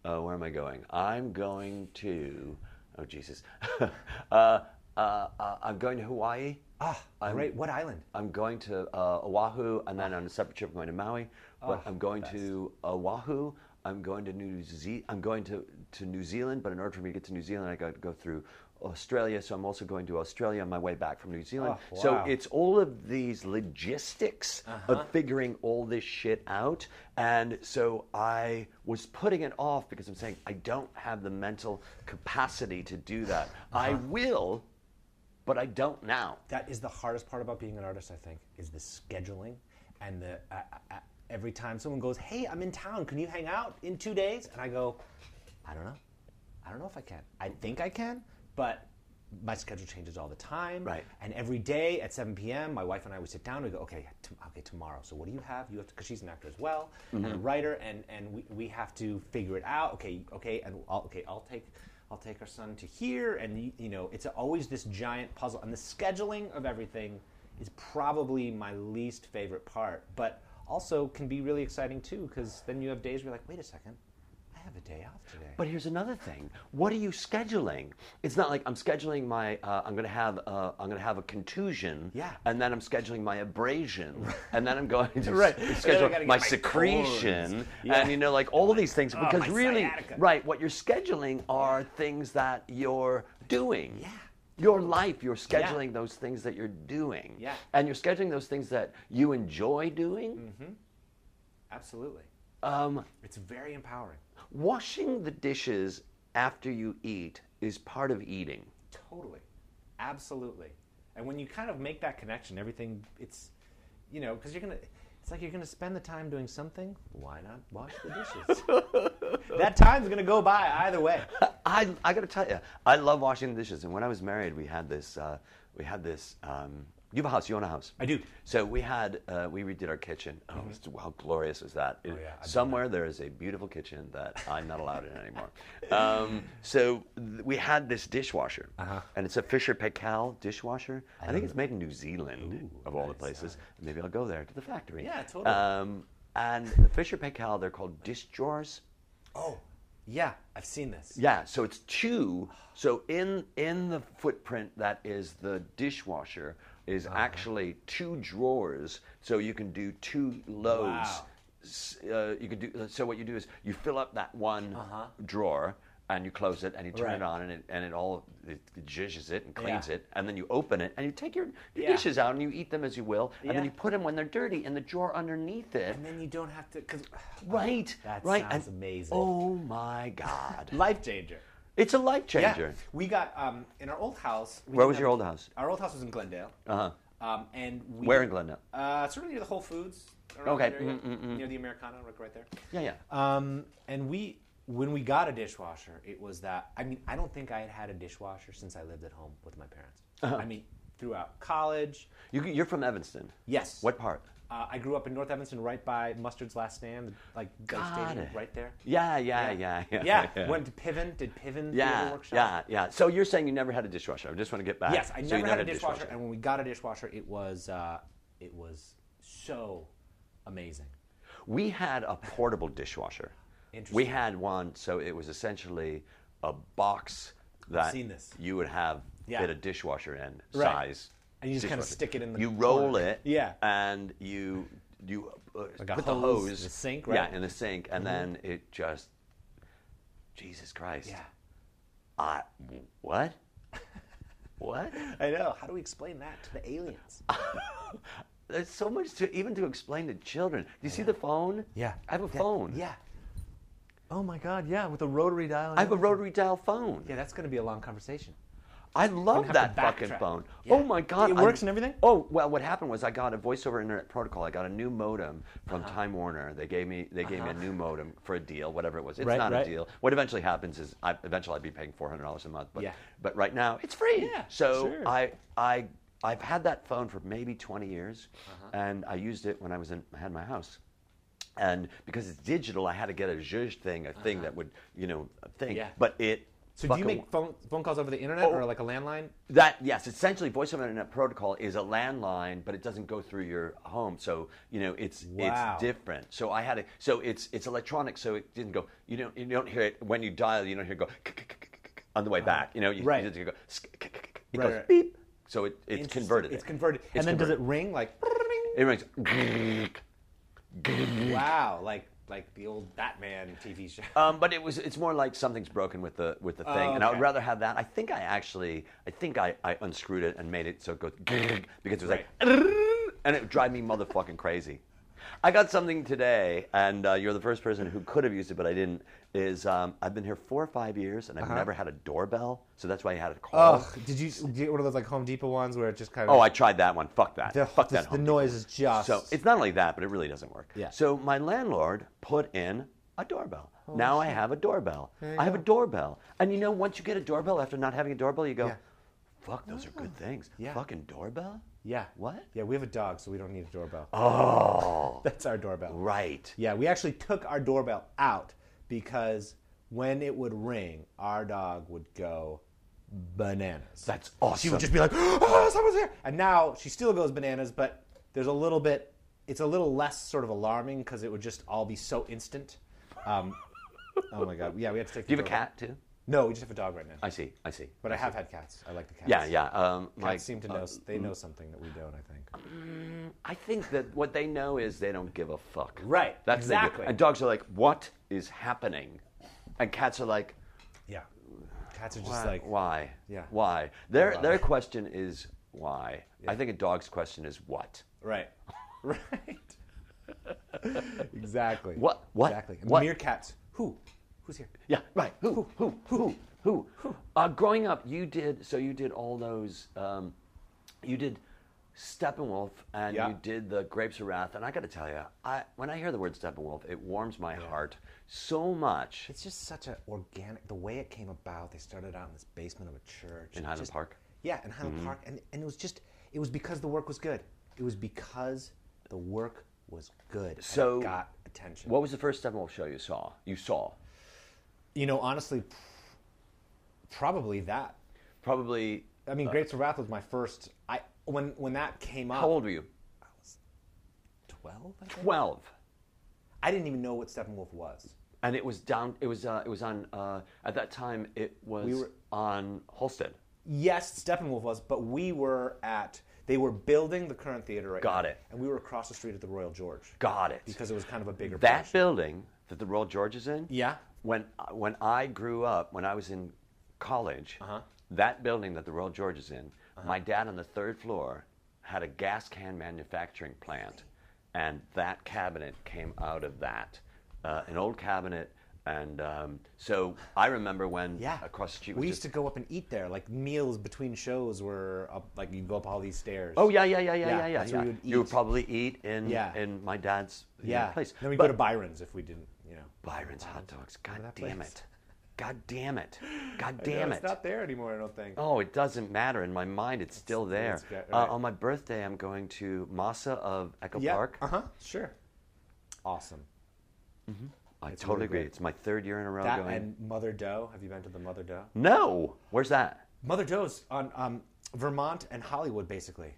A: uh, where am I going? I'm going to oh Jesus, uh, uh, uh, I'm going to Hawaii.
B: Ah,
A: I'm-
B: great. What island?
A: I'm going to uh, Oahu, and then on a separate trip, I'm going to Maui. But
B: Oh,
A: I'm going
B: best.
A: to Oahu. I'm going to New Ze- I'm going to, to New Zealand. But in order for me to get to New Zealand, I got to go through Australia. So I'm also going to Australia on my way back from New Zealand.
B: Oh,
A: So
B: wow. Uh-huh.
A: it's all of these logistics of figuring all this shit out. And so I was putting it off because I'm saying I don't have the mental capacity to do that.
B: Uh-huh.
A: I will, but I don't now.
B: that is the hardest part about being an artist i think is the scheduling and the I, I, I- every time someone goes hey i'm in town can you hang out in two days and i go i don't know i don't know if i can i think i can but my schedule changes all the time
A: Right.
B: and every day at 7 p.m my wife and i would sit down we go okay t- okay tomorrow so what do you have you have to because she's an actor as well and a writer and and we, we have to figure it out okay okay and I'll, okay i'll take I'll take our son to here, and you, you know, it's always this giant puzzle. And the scheduling of everything is probably my least favorite part, but also can be really exciting too, because then you have days where you're like, wait a second, I have a day off today.
A: But here's another thing. What are you scheduling? It's not like I'm scheduling my. Uh, I'm gonna have. Uh, I'm gonna have a contusion.
B: Yeah.
A: And then I'm scheduling my abrasion. and then I'm going to right.
B: Right. And then I
A: schedule
B: gotta get
A: my,
B: my
A: secretion.
B: corns. Yeah.
A: And you know, like all of these things.
B: Oh,
A: Because
B: my
A: really,
B: sciatica.
A: right, what you're scheduling are things that you're doing.
B: Yeah.
A: Your life, you're scheduling those things that you're doing.
B: Yeah.
A: And you're scheduling those things that you enjoy doing.
B: Mm-hmm. Absolutely.
A: Um,
B: It's very empowering.
A: washing the dishes after you eat is part of eating.
B: Totally. Absolutely. And when you kind of make that connection, everything, it's, you know, because you're going to, it's like you're going to spend the time doing something. Why not wash the dishes? that time's going to go by either way.
A: I, I gotta tell you, I love washing the dishes. And when I was married, we had this uh, we had this. Um, you have a house. You own a house.
B: I do.
A: So we had uh, we redid our kitchen. Oh, it's- how glorious was that? It-
B: Mm-hmm. Oh, yeah, I bet.
A: somewhere there is a beautiful kitchen that I'm not allowed in anymore. Um, so th- we had this dishwasher,
B: Uh-huh.
A: and it's a Fisher Paykel dishwasher. I, think it's made in New Zealand of all the places. Maybe I'll go there to the factory.
B: Yeah, totally.
A: Um, and the Fisher Paykel, they're called dish drawers.
B: Oh, yeah, I've seen this.
A: Yeah, so it's two. So in in the footprint that is the dishwasher is
B: Uh-huh.
A: actually two drawers. So you can do two loads.
B: Wow.
A: S- Uh, you can do so. What you do is you fill up that one drawer and you close it and you turn it
B: Uh-huh. Right.
A: on and it and it all it jizzes it and cleans
B: Yeah.
A: it and then you open it and you take your, your
B: Yeah.
A: dishes out and you eat them as you will and then
B: Yeah.
A: you put them when they're dirty in the drawer underneath it.
B: And then you don't have to, because
A: Right,
B: That
A: right.
B: sounds
A: and-
B: amazing.
A: Oh my God!
B: life changer.
A: It's a life
B: Yeah,
A: changer.
B: we got um in our old house. we
A: Where
B: didn't
A: was
B: have
A: your
B: a-
A: old house?
B: Our old house was in Glendale.
A: Uh-huh.
B: Um, and we,
A: Where in Glendale?
B: Uh, sort of near the Whole Foods. around
A: Okay,
B: that area, near the Americana, like right there.
A: Yeah, yeah.
B: Um, and we, when we got a dishwasher, it was that. I mean, I don't think I had had a dishwasher since I lived at home with my parents.
A: Uh-huh.
B: I mean, throughout college.
A: You, you're from Evanston.
B: Yes.
A: What part?
B: Uh, I grew up in North Evanston, right by Mustard's Last Stand, like the
A: Got
B: stadium,
A: it.
B: right there.
A: Yeah, yeah, yeah, yeah.
B: Yeah, went to Piven, did Piven
A: yeah,
B: theater workshop.
A: yeah, yeah. So you're saying you never had a dishwasher? I just want to get back.
B: Yes, I
A: So you
B: never had a dishwasher, and when we got a dishwasher, it was uh, it was so amazing.
A: We had a portable dishwasher. We
B: Interesting.
A: had one, so it was essentially a box that
B: seen this.
A: you would have
B: Yeah.
A: fit a dishwasher in
B: Right.
A: size.
B: And you just kinda
A: dishwasher.
B: stick it in the
A: You roll
B: corner.
A: it.
B: Yeah.
A: And you you uh,
B: a
A: put the
B: hose in
A: hose
B: the sink, right? Mm-hmm.
A: Yeah, in the sink, and then it just Jesus Christ.
B: Yeah,
A: I what? what?
B: I know. How do we explain that to the aliens?
A: There's so much to even to explain to children. Do you see the phone?
B: Yeah.
A: I have a phone.
B: yeah. Oh my God! Yeah, with a rotary dial. and
A: I have a
B: everything.
A: rotary dial phone.
B: Yeah, that's going to be a long conversation.
A: I
B: Gonna
A: love
B: have
A: that
B: to
A: fucking
B: backtrack.
A: phone.
B: Yeah.
A: Oh my god.
B: It works and everything?
A: Oh well what happened was I got a voice over internet protocol. I got a new modem from
B: Uh-huh.
A: Time Warner. They gave me they gave me a new modem for a deal, whatever it was. It's
B: Right,
A: not
B: right.
A: a deal. What eventually happens is I eventually I'd be paying four hundred dollars a month. But
B: Yeah.
A: but right now it's free.
B: Yeah,
A: so
B: sure.
A: I I I've had that phone for maybe twenty years
B: Uh-huh.
A: and I used it when I was in I had my house. And because it's digital, I had to get a zhuzh thing, a thing that would, you know, a thing.
B: Uh-huh. Yeah.
A: But it.
B: So do you
A: fucking
B: make phone phone calls over the internet or like a landline?
A: that yes, essentially, voice over internet protocol is a landline, but it doesn't go through your home, so you know it's
B: Wow.
A: it's different. So I had a so it's it's electronic, so it didn't go. You don't you don't hear it when you dial. You don't hear it go k-k-k-k-k-k on the way back. You know, you,
B: Uh-huh. Right.
A: You just go, sk- k-k-k-k. it
B: Right,
A: goes
B: right.
A: beep. So it, it's
B: Interesting.
A: converted.
B: It's
A: it.
B: converted.
A: It's
B: and then
A: converted.
B: does it ring like?
A: It rings.
B: wow, like like the old Batman TV show.
A: Um, but it was it's more like something's broken with the with the thing, and I would
B: Oh, okay.
A: rather have that. I think I actually I think I, I unscrewed it and made it so it goes grrrr, because it was like and it would drive me motherfucking crazy. I got something today, and uh, you're the first person who could have used it, but I didn't. Is um, I've been here four or five years, and I've never had a doorbell, so that's why I had a call.
B: Uh-huh. Ugh, did you get one of those like Home Depot ones where it just kind of
A: Oh, I tried that one. Fuck that.
B: the,
A: Fuck
B: the,
A: that.
B: the
A: Home
B: noise is just
A: so it's not only that, but it really doesn't work.
B: Yeah.
A: So my landlord put in a doorbell. now I have a doorbell. I have a doorbell. And you know, once you get a doorbell after not having a doorbell, you go,
B: Yeah. Ah.
A: fuck, those are good things.
B: Yeah.
A: Fucking doorbell?
B: yeah
A: What?
B: yeah we have a dog so we don't need a doorbell
A: Oh,
B: that's our doorbell
A: right.
B: yeah we actually took our doorbell out because when it would ring our dog would go bananas
A: That's awesome.
B: she would just be like oh someone's here and now she still goes bananas but there's a little bit it's a little less sort of alarming because it would just all be so instant um, oh my god yeah we had to take
A: Do you have a cat too?
B: no we just have a dog right now
A: I see. I see.
B: but I have had cats I like the cats
A: Yeah, yeah. Um,
B: Cats
A: like, mm.
B: seem to know they know something that we don't. I think.
A: I think that what they know is they don't give a fuck.
B: Right,
A: That's the-
B: exactly.
A: And dogs are like, what is happening? And cats are like,
B: Yeah. Cats are just
A: Why-
B: like
A: why?
B: Yeah.
A: Why? Their
B: Why?
A: their question is why. I think a dog's question is what.
B: right, right. exactly.
A: What? What?
B: Exactly. And
A: What?
B: meerkats. Who? Who's here?
A: Yeah. Right. Who? Who? Who? Who? Who? Uh, growing up, you did so. You did all those. Um, you did Steppenwolf, and
B: Yeah.
A: you did the Grapes of Wrath. And I got to tell you, I when I hear the word Steppenwolf, it warms my heart so much.
B: It's just such a organic. The way it came about, they started out in this basement of a church.
A: In
B: It
A: Highland
B: just-
A: Park? Mm-hmm.
B: Yeah, in Highland Park, and, and it was just it was because the work was good. It was because the work was good. and it
A: So-
B: got attention.
A: What was the first Steppenwolf show you saw? You saw
B: you know, honestly, p- probably that.
A: probably.
B: I mean, Grapes of Wrath was my first. I when when that came up,
A: Uh, How old were you?
B: Twelve.
A: Twelve.
B: I didn't even know what Steppenwolf was.
A: And it was down. It was. Uh, it was on. Uh, at that time, it was
B: were-
A: on Holstead.
B: Yes, Steppenwolf was, but we were at. They were building the current theater right
A: Got
B: now,
A: it.
B: and we were across the street at the Royal George.
A: Got it.
B: because it was kind of a bigger.
A: that
B: production.
A: building that the Royal George is in.
B: Yeah.
A: When when I grew up, when I was in college,
B: Uh-huh.
A: that building that the Royal George is in, my dad on the third floor had a gas can manufacturing plant, and that cabinet came out of that, uh, an old cabinet. And um, so I remember when
B: Yeah,
A: across the street was
B: we
A: just,
B: used to go up and eat there. Like meals between shows were up, like you go up all these stairs.
A: Oh yeah, yeah, yeah, yeah,
B: Yeah,
A: yeah, yeah.
B: that's where
A: yeah.
B: we would
A: You would
B: eat.
A: probably eat in
B: Yeah.
A: in my dad's you know,
B: yeah.
A: place.
B: Then we
A: But-
B: go to Byron's if we didn't, you know.
A: Byron's hot dogs. God
B: that
A: damn
B: place?
A: it. God damn it. God
B: I know,
A: damn it.
B: It's not there anymore. I don't think.
A: Oh, it doesn't matter. In my mind, it's still there.
B: it's got-
A: uh,
B: right.
A: on my birthday, I'm going to Masa of Echo
B: yeah.
A: Park.
B: Uh huh. Sure. Awesome.
A: I
B: It's really
A: totally agree.
B: great.
A: It's my third year in a row
B: That
A: going.
B: and Mother Doe. Have you been to the Mother Doe?
A: No, where's that?
B: Mother Doe's on um, Vermont and Hollywood, basically.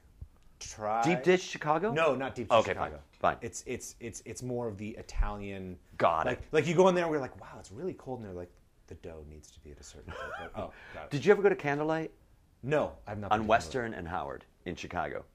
B: Try
A: Deep Ditch, Chicago?
B: No, not deep dish
A: Okay,
B: Chicago.
A: fine, fine.
B: It's it's it's it's more of the Italian.
A: Got it.
B: like, Like you go in there, and we're like, wow, it's really cold, and they're like, the dough needs to be at a certain. temperature. oh, got it.
A: Did you ever go to Candlelight
B: no, I've not. been
A: on
B: to
A: Western and Howard in Chicago?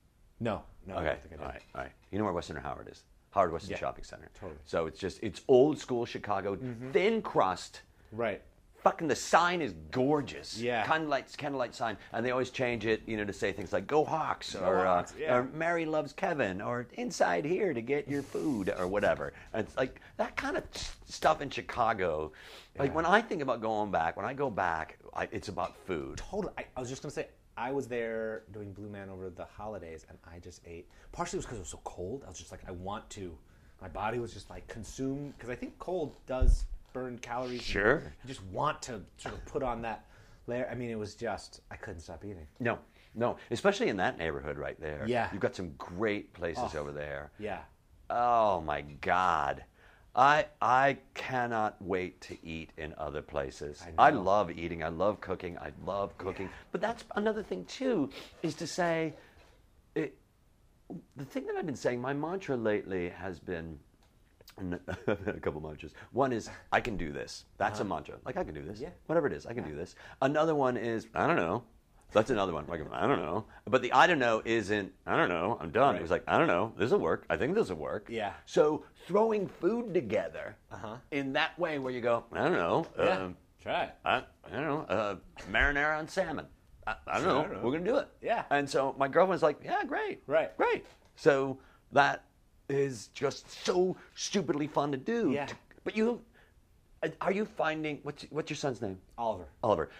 B: Miller. No, no. I
A: Okay,
B: don't think I did.
A: all right, all right. You know where Western and Howard is? Howard Western
B: Yeah,
A: Shopping Center.
B: totally. Mm-hmm.
A: So it's just it's old school Chicago, thin crust.
B: Right.
A: Fucking the sign is gorgeous.
B: Yeah.
A: Candlelight, candlelight sign. And they always change it, you know, to say things like Go Hawks or,
B: Hawks,
A: uh,
B: yeah.
A: or Mary Loves Kevin or Inside Here to get your food or whatever. And it's like that kind of stuff in Chicago. Like when I think about going back, when I go back, I, it's about food.
B: Totally. I, I was just gonna say. I was there doing Blue Man over the holidays, and I just ate. Partially it was because it was so cold. I was just like, I want to. My body was just like consume because I think cold does burn calories. and
A: Sure.
B: You just want to sort of put on that layer. I mean, it was just I couldn't stop eating.
A: No, no, especially in that neighborhood right there.
B: Yeah.
A: You've got some great places over there.
B: Yeah.
A: Oh my God. I I cannot wait to eat in other places. I, love eating. I love cooking. I love cooking. But that's another thing too, is to say it, the thing that I've been saying, my mantra lately has been and I've had a couple mantras. One is I can do this. That's a mantra. Like I can do this.
B: Uh-huh. Yeah.
A: Whatever it is, I can do this. Another one is I don't know. That's another one. Like I don't know. But the I don't know isn't I don't know. I'm done. It was like I don't know. This will work. I think this will work.
B: Yeah. Uh-huh.
A: So throwing food together in that way, where you go I don't know. Um,
B: Try it.
A: I, I don't know, uh, marinara on salmon. I, I, don't know.
B: I don't know.
A: We're going to do it.
B: Yeah.
A: And so my girlfriend's like, yeah, great.
B: Right.
A: Great. So that is just so stupidly fun to do.
B: Yeah.
A: But you, uh, are you finding, what's, what's your son's name?
B: Oliver.
A: Oliver.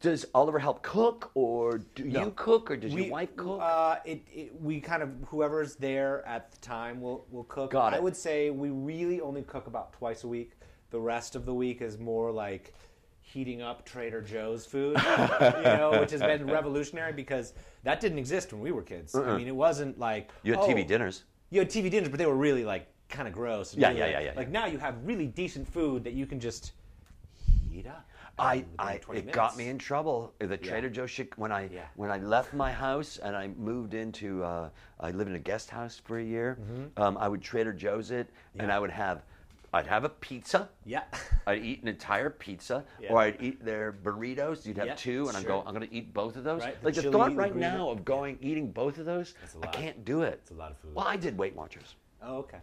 A: Does Oliver help cook or do you cook or does
B: We-
A: your wife cook?
B: Uh, it, it, we kind of whoever's there at the time will will cook.
A: Got
B: I
A: it.
B: would say we really only cook about twice a week. The rest of the week is more like heating up Trader Joe's food, you know, which has been revolutionary because that didn't exist when we were kids. I mean, it wasn't like
A: you had
B: oh,
A: TV dinners.
B: You had TV dinners, but they were really like kind of gross. and
A: Yeah,
B: really,
A: yeah,
B: like-
A: yeah, yeah,
B: Like
A: yeah.
B: now you have really decent food that you can just heat up.
A: I,
B: within
A: I it
B: 20
A: got
B: minutes.
A: me in trouble. The Trader Joe's chick when I
B: Yeah.
A: when I left my house and I moved into uh, I lived in a guest house for a year.
B: Mm-hmm.
A: Um, I would Trader Joe's it, and I would have I'd have a pizza.
B: Yeah.
A: I'd eat an entire pizza,
B: Yeah.
A: or I'd eat their burritos. You'd have
B: Yeah,
A: two, and I'd
B: sure.
A: go. I'm going to eat both of those.
B: Right, the
A: Like the
B: chili
A: thought right
B: ingredient.
A: now of going eating both of those,
B: a
A: I
B: lot.
A: can't do it. It's
B: a lot of food.
A: Well, I did Weight Watchers,
B: Oh, okay.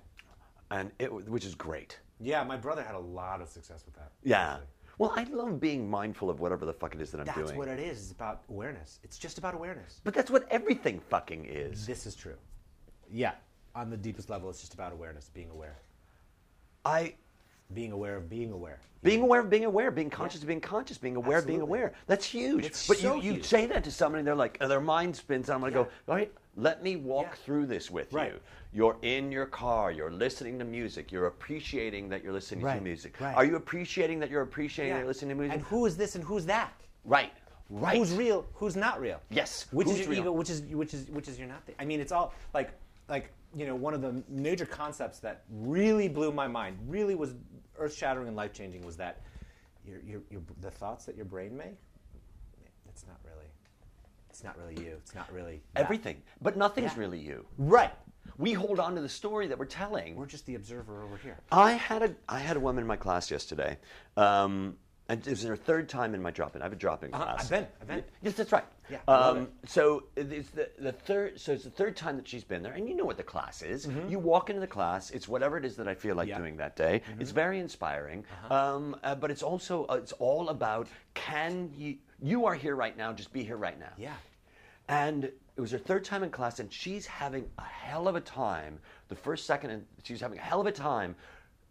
A: and it w- which is great.
B: Yeah, my brother had a lot of success with that.
A: Yeah. Well, I love being mindful of whatever the fuck it is that I'm
B: That's
A: doing.
B: what it is. It's about awareness. It's just about awareness.
A: But that's what everything fucking is.
B: This is true. Yeah. On the deepest level, it's just about awareness, being aware.
A: I
B: Being aware of being aware.
A: being aware of being aware, being conscious of being conscious, being aware of being
B: Absolutely.
A: aware. That's huge.
B: It's
A: but
B: so
A: you, you
B: huge.
A: say that to somebody, they're like, uh, their mind spins, and I'm gonna go, all right, let me walk
B: Yeah.
A: through this with
B: Right.
A: you. You're in your car, you're listening to music, you're appreciating that you're listening to
B: Right,
A: music.
B: right.
A: Are you appreciating that you're appreciating that you're listening to music?
B: And who is this and who's that?
A: Right. Right.
B: Who's real? Who's not real?
A: Yes,
B: Which
A: who's
B: is your
A: real?
B: ego? Which is which is which is your nothing? I mean, it's all like like you know one of the major concepts that really blew my mind, really was earth shattering and life changing, was that your, your your the thoughts that your brain make, it's not really, it's not really you. It's not really that.
A: Everything. But nothing's
B: Yeah.
A: really you.
B: Right.
A: We hold on to the story that we're telling.
B: We're just the observer over here.
A: I had a I had a woman in my class yesterday, um, and it was her third time in my drop-in. I have a drop-in
B: Uh-huh,
A: class.
B: I've been- I've been.
A: Yes, that's right.
B: Yeah, I love
A: Um, so it's the, the third. So it's the third time that she's been there, and you know what the class is. You walk into the class. It's whatever it is that I feel like
B: Mm-hmm. Yeah. Mm-hmm. Uh-huh.
A: doing that day. It's very inspiring, um, uh, but it's also uh, it's all about can you you are here right now. Just be here right now.
B: Yeah.
A: And it was her third time in class, and she's having a hell of a time. The first, second, and she's having a hell of a time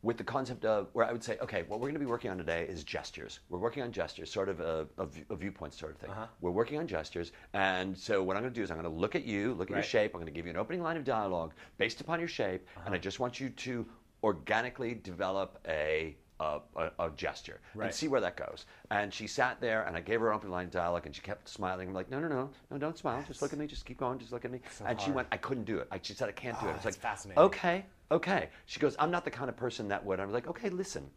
A: with the concept of where I would say, okay, what we're going to be working on today is gestures. We're working on gestures, sort of a, a, view- a viewpoint sort of thing. We're working on gestures, and so what I'm going to do is I'm going to look at you, look at your
B: Right.
A: shape. I'm going to give you an opening line of dialogue based upon your shape, and I just want you to organically develop a a, a, a gesture and
B: Right.
A: see where that goes. And she sat there, and I gave her an open line dialogue, and she kept smiling. I'm like, no, no, no, no, don't smile. Just look at me. Just keep going. Just look at me. and she
B: hard.
A: went, I couldn't do it. I, she said, I can't do it.
B: Oh,
A: It's like
B: that's fascinating.
A: Okay, okay. She goes, I'm not the kind of person that would. I was like, okay, listen.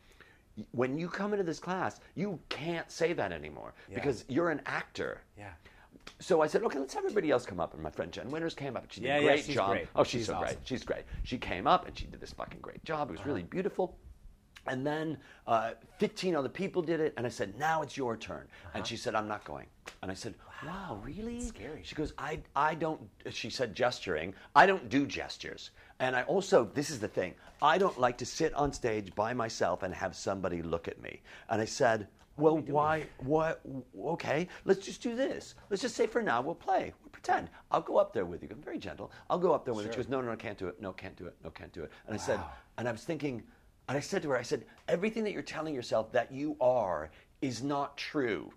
A: y- When you come into this class, you can't say that anymore because you're an actor.
B: Yeah.
A: So I said, okay, let's have everybody else come up. And my friend Jen Winters came up. and She did
B: Yeah,
A: a
B: yeah,
A: great
B: she's
A: job.
B: great.
A: Oh, she's,
B: She's
A: so great.
B: awesome.
A: She's great. She came up and she did this fucking great job. It was really beautiful. And then uh, 15 other people did it. And I said, now it's your turn. And she said, I'm not going. And I said, wow, really?
B: Uh-huh. scary.
A: She goes, I, I don't, she said, gesturing. I don't do gestures. And I also, this is the thing, I don't like to sit on stage by myself and have somebody look at me. And I said, well, why, what, okay, let's just do this. Let's just say for now we'll play, we'll pretend. I'll go up there with you. I'm very gentle. I'll go up there with you. She goes, no, no, no, can't do it. No, can't do it. No, can't do it. And I said, and I was thinking, and I said to her, I said, everything that you're telling yourself that you are is not true.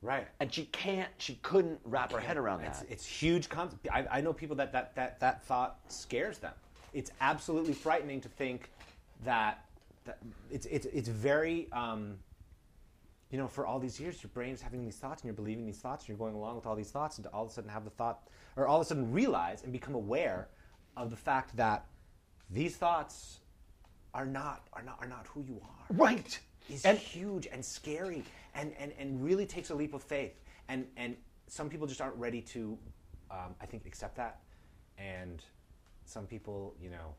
B: Right.
A: And she can't, she couldn't wrap her head around that.
B: It's, it's huge. Con- I, I know people that that, that that thought scares them. It's absolutely frightening to think that, that it's, it's, it's very, um, you know, for all these years, your brain's having these thoughts and you're believing these thoughts and you're going along with all these thoughts and to all of a sudden have the thought, or all of a sudden realize and become aware of the fact that these thoughts are not, are not, are not who you are
A: Right.
B: is huge and scary and, and, and really takes a leap of faith. And, and some people just aren't ready to, um, I think, accept that. And some people, you know,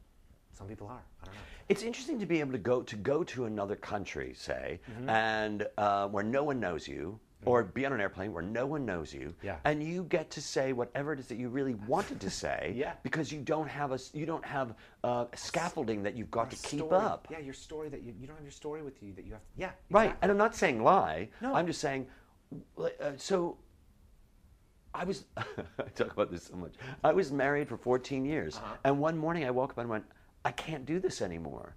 B: some people are. I don't know.
A: It's interesting to be able to go to go to another country, say,
B: Mm-hmm.
A: and uh, where no one knows you, or be on an airplane where no one knows you,
B: Yeah.
A: and you get to say whatever it is that you really wanted to say,
B: Yeah.
A: because you don't have a s- you don't have uh, scaffolding that you've got to keep
B: Story.
A: up,
B: Yeah, your story that you, you don't have your story with you that you have to, yeah.
A: right?
B: exactly.
A: And I'm not saying lie.
B: No.
A: I'm just saying. li- Uh, so, I was I talk about this so much. I was married for 14 years,
B: Uh-huh.
A: and one morning I woke up and went, I can't do this anymore.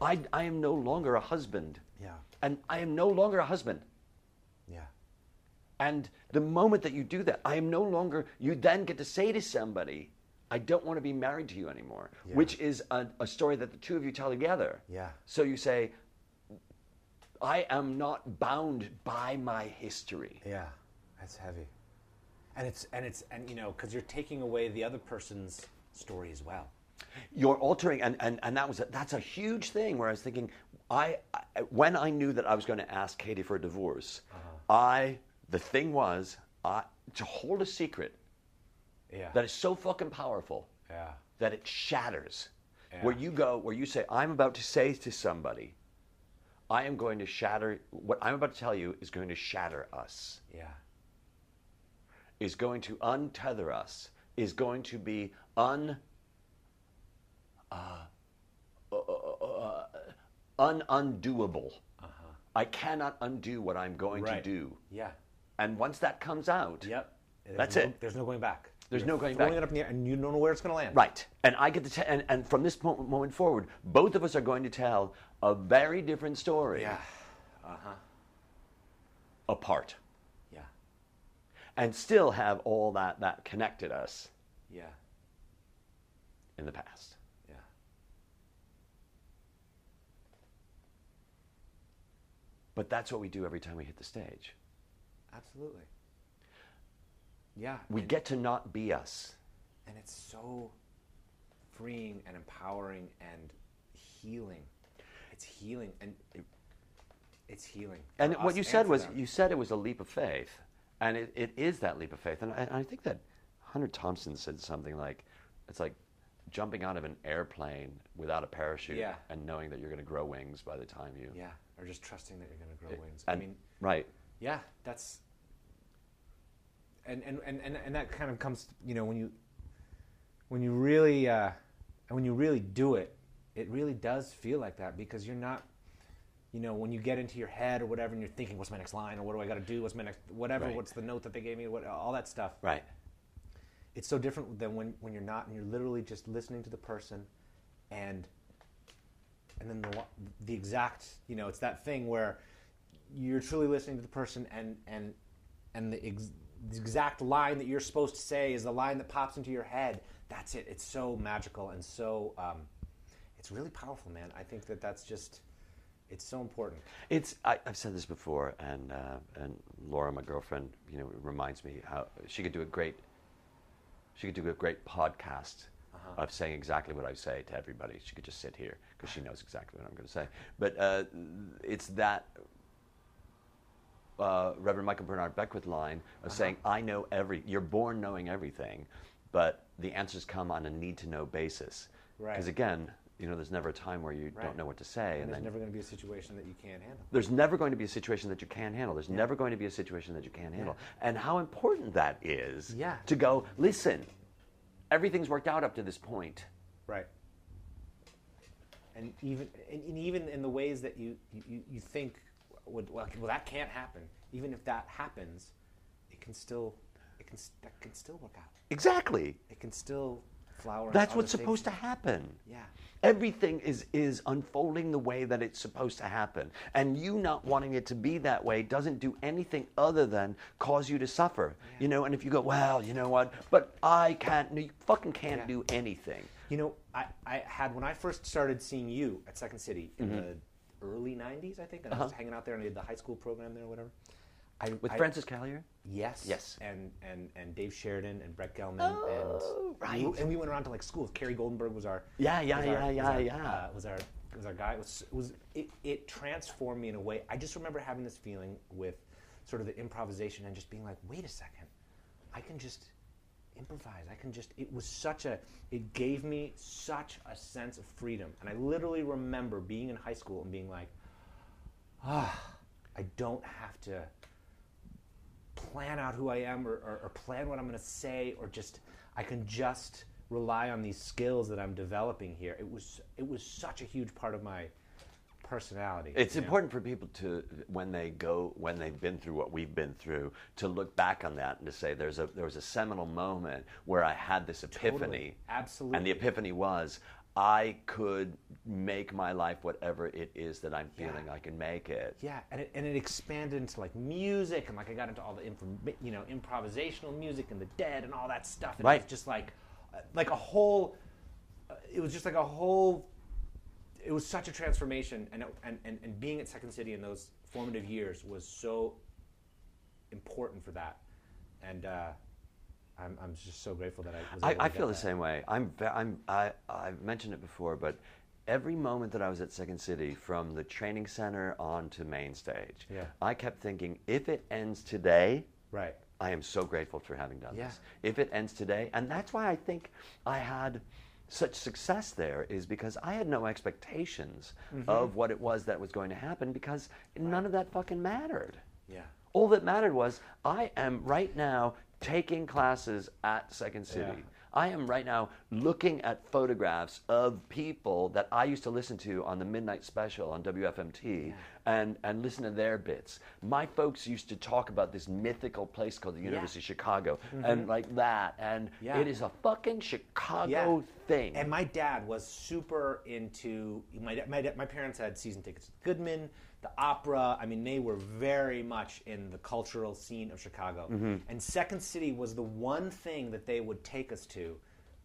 A: I I am no longer a husband.
B: Yeah.
A: And I am no longer a husband.
B: Yeah.
A: And the moment that you do that, I am no longer, you then get to say to somebody, I don't want to be married to you anymore,
B: Yeah.
A: which is a, a story that the two of you tell together.
B: Yeah.
A: So you say, I am not bound by my history.
B: Yeah. That's heavy. And it's, and it's, and you know, because you're taking away the other person's story as well.
A: You're altering, and, and, and that was a, that's a huge thing where I was thinking, I, I when I knew that I was going to ask Katie for a divorce,
B: Uh-huh.
A: I, the thing was, I, to hold a secret
B: Yeah.
A: that is so fucking powerful
B: yeah.
A: that it shatters.
B: Yeah.
A: Where you go, where you say, I'm about to say to somebody, I am going to shatter, what I'm about to tell you is going to shatter us,
B: Yeah.
A: is going to untether us, is going to be un. Uh, uh, uh, uh, un undoable. I cannot undo what I'm going
B: Uh-huh. Right.
A: to do.
B: Yeah.
A: And once that comes out,
B: Yep. There's
A: That's
B: no-
A: it.
B: There's no going back.
A: There's
B: You're
A: no going
B: throwing
A: back.
B: it up in the air and you don't know where it's going to land.
A: Right. And I get to tell, and, and from this po- moment forward, both of us are going to tell a very different story
B: Yeah.
A: apart
B: Yeah.
A: and still have all that that connected us
B: Yeah.
A: in the past.
B: Yeah.
A: But that's what we do every time we hit the stage.
B: Absolutely. Yeah.
A: We get to not be us.
B: and it's so freeing and empowering and healing. It's healing and it's healing. for
A: And
B: us
A: what you said
B: for
A: was
B: them.
A: you said it was a leap of faith, and it, it is that leap of faith. And I, and I think that Hunter Thompson said something like, "It's like jumping out of an airplane without a parachute
B: Yeah.
A: and knowing that you're going to grow wings by the time you."
B: yeah, or just trusting that you're going to grow wings. I
A: And,
B: mean,
A: right.
B: yeah, that's and and, and, and and that kind of comes, you know, when you when you really uh, and when you really do it, it really does feel like that because you're not, you know, when you get into your head or whatever, and you're thinking, what's my next line or what do I got to do? What's my next whatever?
A: Right.
B: What's the note that they gave me? What all that stuff?
A: Right.
B: it's so different than when, when you're not and you're literally just listening to the person and and then the, lo- the exact you know it's that thing where you're truly listening to the person and and and the, ex, the exact line that you're supposed to say is the line that pops into your head that's it it's so magical and so um, it's really powerful man i think that that's just it's so important
A: It's I, I've said this before, and uh, and Laura, my girlfriend, you know, reminds me how she could do a great she could do a great podcast
B: Uh-huh.
A: of saying exactly what I say to everybody. She could just sit here because she knows exactly what I'm going to say. But uh, it's that uh, Reverend Michael Bernard Beckwith line
B: Uh-huh.
A: of saying, "I know every. You're born knowing everything, but the answers come on a need-to-know basis.
B: Right.
A: Because again, you know, there's never a time where you
B: Right.
A: don't know what to say,
B: and,
A: and
B: there's
A: then
B: never going to be a situation that you can't handle
A: there's never going to be a situation that you can't handle. There's never going to be a situation that you can't handle. And how important that is
B: Yeah.
A: to go, listen, everything's worked out up to this point.
B: Right. And even and, and even in the ways that you you- you, you think would well, well that can't happen. Even if that happens, it can still it can s- that can still work out.
A: Exactly.
B: It can still flower.
A: That's what's supposed to happen.
B: Yeah.
A: Everything is, is unfolding the way that it's supposed to happen. And you not wanting it to be that way doesn't do anything other than cause you to suffer. You know, and if you go, well, you know what, but I can't, no, you fucking can't
B: Yeah.
A: do anything.
B: You know, I, I had when I first started seeing you at Second City
A: Mm-hmm.
B: in the early '90s, I think, and I was hanging out there and I did the high school program there or whatever. I,
A: Uh-huh. With
B: I-
A: Francis Callier?
B: Yes.
A: Yes.
B: And and and Dave Sheridan and Brett Gelman
A: Oh,
B: and
A: right.
B: and we went around to like schools. Carrie Goldenberg was our
A: Yeah, yeah,
B: was our-
A: yeah,
B: was
A: yeah,
B: our,
A: yeah.
B: uh, was our was our guy. It was was it, it transformed me in a way. I just remember having this feeling with sort of the improvisation and just being like, wait a second, I can just improvise. I can just. It was such a. It gave me such a sense of freedom, and I literally remember being in high school and being like, ah, I don't have to plan out who I am or, or, or plan what I'm going to say or just I can just rely on these skills that I'm developing here. It was it was such a huge part of my personality.
A: It's
B: you know?
A: important for people to, when they go, when they've been through what we've been through, to look back on that and to say, "There's a there was a seminal moment where I had this epiphany."
B: Absolutely.
A: And the epiphany was, I could make my life whatever it is that I'm feeling. I can make it.
B: Yeah, and it, and it expanded into like music and like I got into all the inform- you know improvisational music and the dead and all that stuff. And It
A: Right.
B: was just like uh, like a whole. Uh, it was just like a whole. It was such a transformation, and, it, and and and being at Second City in those formative years was so important for that, and uh, I'm I'm just so grateful that I was.
A: I,
B: able
A: I
B: to
A: feel the
B: get that.
A: same way. I'm, ve- I'm, I, I've mentioned it before, but every moment that I was at Second City, from the training center on to main stage,
B: Yeah.
A: I kept thinking, if it ends today,
B: Right.
A: I am so grateful for having done
B: Yeah.
A: this. If it ends today, and that's why I think I had such success there is because I had no expectations of what it was that was going to happen because none of that fucking mattered.
B: Yeah.
A: All that mattered was I am right now taking classes at Second City.
B: Yeah.
A: I am right now looking at photographs of people that I used to listen to on the midnight special on WFMT and, and listen to their bits. My folks used to talk about this mythical place called the University of Chicago and like that. And
B: Mm-hmm. Yeah.
A: it is a fucking Chicago thing.
B: And my dad was super into my da- my da- my parents had season tickets to Goodman, the opera. I mean, they were very much in the cultural scene of Chicago. And Second City was the one thing that they would take us to,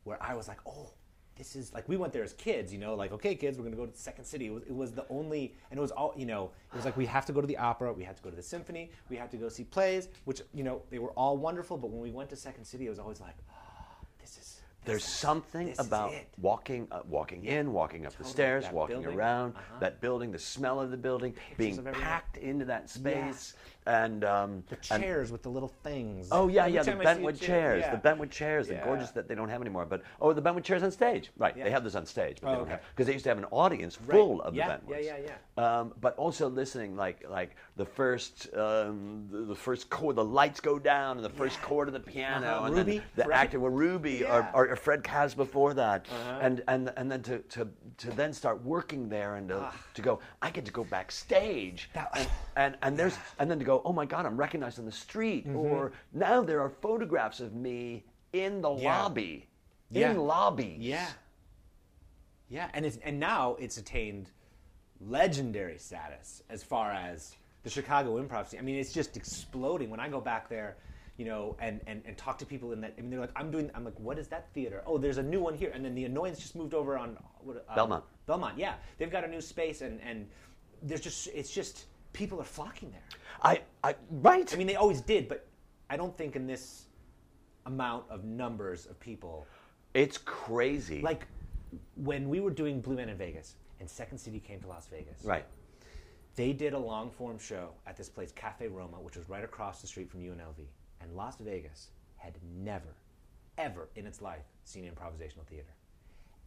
B: where I was like, oh, this is like we went there as kids, you know, like okay, kids, we're gonna go to the second city. It was, it was the only, and it was all, you know, it was like we have to go to the opera, we had to go to the symphony, we had to go see plays, which you know they were all wonderful. But when we went to second city, it was always like, "Ah, this is
A: There's something
B: this is
A: about
B: it.
A: walking, uh, walking in, walking up
B: Totally.
A: the stairs,
B: That
A: walking
B: building.
A: around
B: Uh-huh.
A: that building, the smell of the building,
B: of
A: being
B: everything.
A: packed into that space,
B: Yes.
A: and um,
B: the
A: and-
B: chairs with the little things.
A: Oh yeah,
B: Every
A: yeah, the
B: time I see a
A: Bentwood
B: chair-
A: chairs,
B: yeah.
A: the Bentwood chairs, the
B: Yeah.
A: gorgeous that they don't have anymore. But oh, the Bentwood chairs on stage, right? They
B: Yeah.
A: have those on stage, but
B: Oh,
A: they don't
B: okay.
A: have because they used to have an audience full of
B: Yeah,
A: the
B: yeah,
A: Bentwoods.
B: yeah, yeah.
A: Um, but also listening, like like the first um, the, the first chord, the lights go down, and the first chord of the piano,
B: Uh-huh,
A: and
B: Ruby,
A: then the
B: right?
A: actor were Ruby
B: Yeah.
A: or, or Fred Kaz before that,
B: Uh-huh.
A: and and and then to, to to then start working there and to, to go, I get to go backstage,
B: Ah. That-
A: and, and and there's and then to go, oh my God, I'm recognized on the street,
B: Mm-hmm.
A: or now there are photographs of me in the
B: Yeah.
A: lobby,
B: Yeah.
A: in lobbies,
B: Yeah. Yeah, and it's and now it's attained legendary status as far as the Chicago improv scene. I mean, it's just exploding. When I go back there, you know, and, and, and talk to people in that, I mean, they're like, I'm doing, I'm like, what is that theater? Oh, there's a new one here. And then the annoyance just moved over on what, uh,
A: Belmont.
B: Belmont, yeah. They've got a new space, and, and there's just, it's just, people are flocking there.
A: I I right.
B: I mean, they always did, but I don't think in this amount of numbers of people
A: it's crazy.
B: like when we were doing Blue Man in Vegas and Second City came to Las Vegas.
A: right.
B: They did a long form show at this place, Cafe Roma, which was right across the street from UNLV. And Las Vegas had never, ever in its life seen improvisational theater.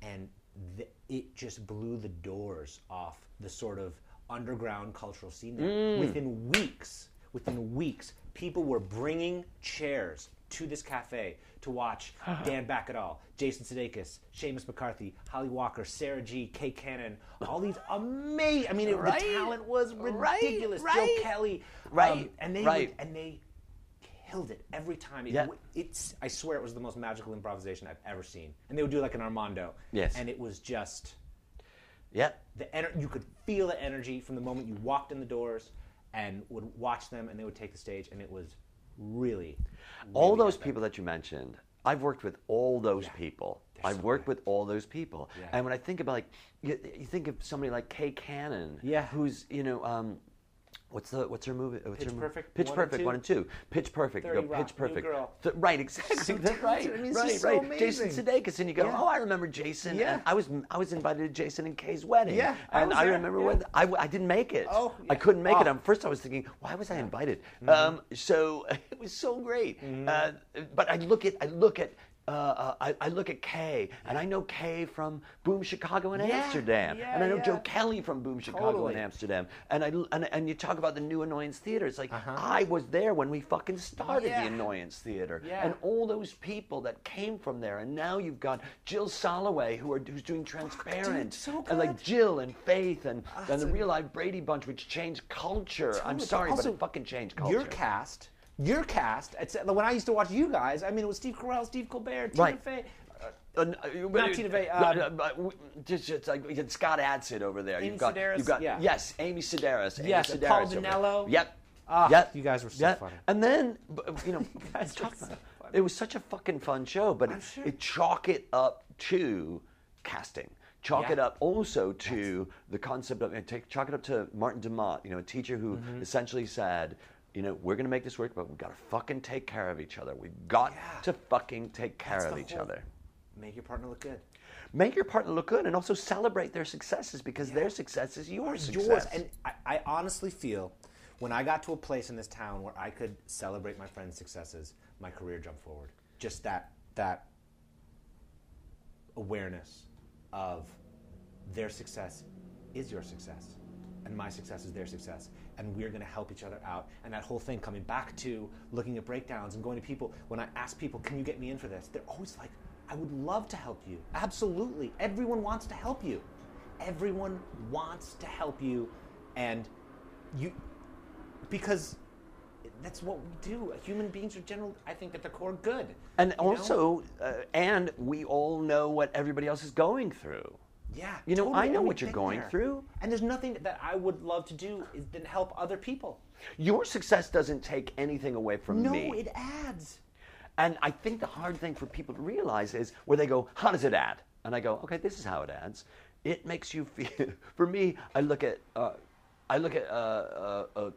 B: And the, it just blew the doors off the sort of underground cultural scene there. Within weeks, within weeks, people were bringing chairs to this cafe to watch Dan Bacadal, Jason Sudeikis, Seamus McCarthy, Holly Walker, Sarah G, Kay Cannon, all these amazing. I mean, it,
A: Right?
B: the talent was
A: Right,
B: ridiculous.
A: right.
B: Joe Kelly,
A: Right,
B: and they
A: right.
B: would- and they killed it every time. It
A: Yeah.
B: w- it's I swear it was the most magical improvisation I've ever seen. And they would do like an Armando.
A: Yes.
B: and it was just
A: Yeah.
B: the ener- You could feel the energy from the moment you walked in the doors, and would watch them, and they would take the stage, and it was really
A: all those people that you mentioned i've worked with all those people i've
B: so
A: worked with all those people
B: Yeah.
A: and when i think about like you, you think of somebody like kay cannon
B: Yeah.
A: who's you know um What's the what's her movie? What's
B: Pitch
A: her mo-
B: Perfect
A: Pitch
B: one and
A: Perfect
B: two.
A: one and two. Pitch Perfect. You go
B: 30 Rock,
A: Pitch
B: New
A: Perfect.
B: Girl.
A: Th- right, exactly.
B: So
A: That's right.
B: talented. I mean, she's
A: right,
B: so
A: right. Jason
B: amazing.
A: Sudeikis, and you go,
B: Yeah.
A: oh, I remember Jason.
B: Yeah.
A: And I was I was invited to Jason and Kay's wedding.
B: Yeah, I
A: and
B: was
A: I,
B: there,
A: remember
B: yeah.
A: when I, w- I didn't make it. I
B: Oh, yeah. Mm-hmm.
A: couldn't make it.
B: Oh.
A: I'm first I was thinking, why was I invited? Um, so it was so great.
B: Mm-hmm.
A: Uh, but I look at I look at uh, uh, I, I look at Kay, and I know Kay from Boom Chicago and
B: Yeah,
A: Amsterdam,
B: yeah,
A: and I know
B: yeah.
A: Joe Kelly from Boom Chicago
B: Totally.
A: and Amsterdam, and I and, and you talk about the New Annoyance Theater. It's like I was there when we fucking started the
B: Uh-huh. Yeah.
A: Annoyance Theater,
B: Yeah.
A: and all those people that came from there, and now you've got Jill Soloway who are who's doing Transparent,
B: so
A: and like
B: good.
A: Jill and Faith and and the
B: it's a-
A: Real Life Brady Bunch, which changed culture. I'm
B: Totally.
A: sorry,
B: Also,
A: but it fucking changed culture.
B: Your cast, your cast. It's, when I used to watch you guys, I mean, it was Steve Carell, Steve Colbert, Tina
A: Right.
B: Fey.
A: Uh, n- uh, you-
B: Not Tina Fey,
A: uh,
B: um,
A: uh, but we- just, it's like you got Scott Adsit over there.
B: Amy
A: you've got,
B: Sedaris,
A: you've got
B: yeah.
A: yes, Amy Sedaris. Amy
B: Yes, and Paul
A: Sedaris over there.
B: Dinello.
A: Yep.
B: Ah,
A: yep.
B: you guys were so
A: Yep.
B: funny.
A: And then, b- you know,
B: guys
A: talk
B: were so
A: about- it was such a fucking fun show, but it,
B: sure.
A: it chalk it up to casting. Chalk
B: Yeah.
A: it up also to the concept of, and take, chalk it up to Martin DeMott, you know, a teacher who
B: Mm-hmm.
A: essentially said, you know, we're going to make this work, but we've got to fucking take care of each other. We've got
B: Yeah.
A: to fucking take care
B: That's
A: of
B: the
A: each
B: whole-
A: other
B: Make your partner look good.
A: make your partner look good and also celebrate their successes because their success is your success.
B: yours. And I, I honestly feel when I got to a place in this town where I could celebrate my friends' successes, my career jumped forward. Just that that awareness of their success is your success and my success is their success and we're going to help each other out and that whole thing coming back to looking at breakdowns and going to people when i ask people can you get me in for this they're always like i would love to help you absolutely everyone wants to help you everyone wants to help you and you because that's what we do human beings are general i think at the core good
A: And
B: you know?
A: also, uh, and we all know what everybody else is going through.
B: Yeah.
A: You know, I
B: and
A: know
B: we've
A: what you're
B: been
A: going
B: there.
A: through.
B: And there's nothing that I would love to do is than help other people.
A: Your success doesn't take anything away from
B: No,
A: me.
B: it adds.
A: And I think the hard thing for people to realize is where they go, how does it add? and I go, okay, this is how it adds. It makes you feel. For me, I look at, uh, I look at, uh, uh, uh,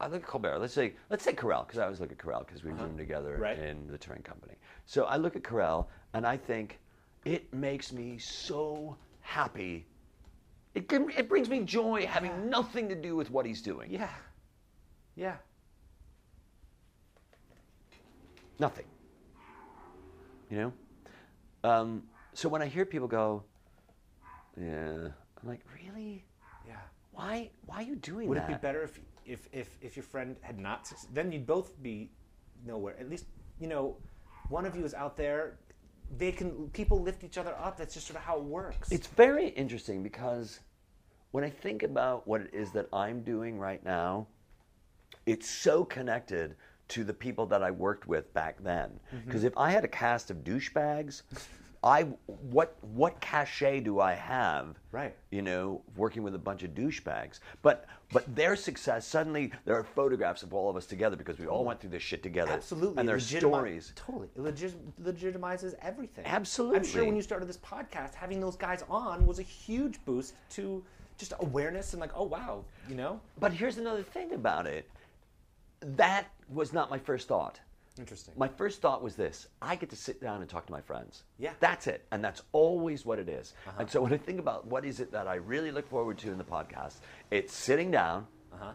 A: I look at Colbert. Let's say, let's say Carell, because I always look at Carell because we've roomed together
B: Right.
A: in the touring company. So I look at Carell and I think, it makes me so happy. It, can, it brings me joy having nothing to do with what he's doing.
B: Yeah. Yeah.
A: Nothing. You know? Um, so when I hear people go, yeah, I'm like, really?
B: Yeah.
A: Why, why are you doing
B: Would
A: that?
B: it be better if, if if if your friend had not? suc- Then you'd both be nowhere. At least you know, one of you is out there. They can people lift each other up. That's just sort of how it works.
A: It's very interesting because when I think about what it is that I'm doing right now, it's so connected to the people that I worked with back then.
B: Mm-hmm.
A: Because if I had a cast of douchebags, I what what cachet do I have?
B: Right.
A: You know, working with a bunch of douchebags. But but their success suddenly there are photographs of all of us together because we all went through this shit together.
B: Mm-hmm. absolutely
A: And
B: it
A: their
B: legitimi-
A: stories.
B: Totally, it legit- legitimizes everything. I'm
A: Absolutely.
B: sure when you started this podcast, having those guys on was a huge boost to just awareness and like, oh wow, you know,
A: But here's another thing about it. That was not my first thought.
B: interesting.
A: My first thought was this I get to sit down and talk to my friends.
B: Yeah.
A: That's it. And that's always what it is. And so when I think about what is it that I really look forward to in the podcast, it's sitting down, uh-huh.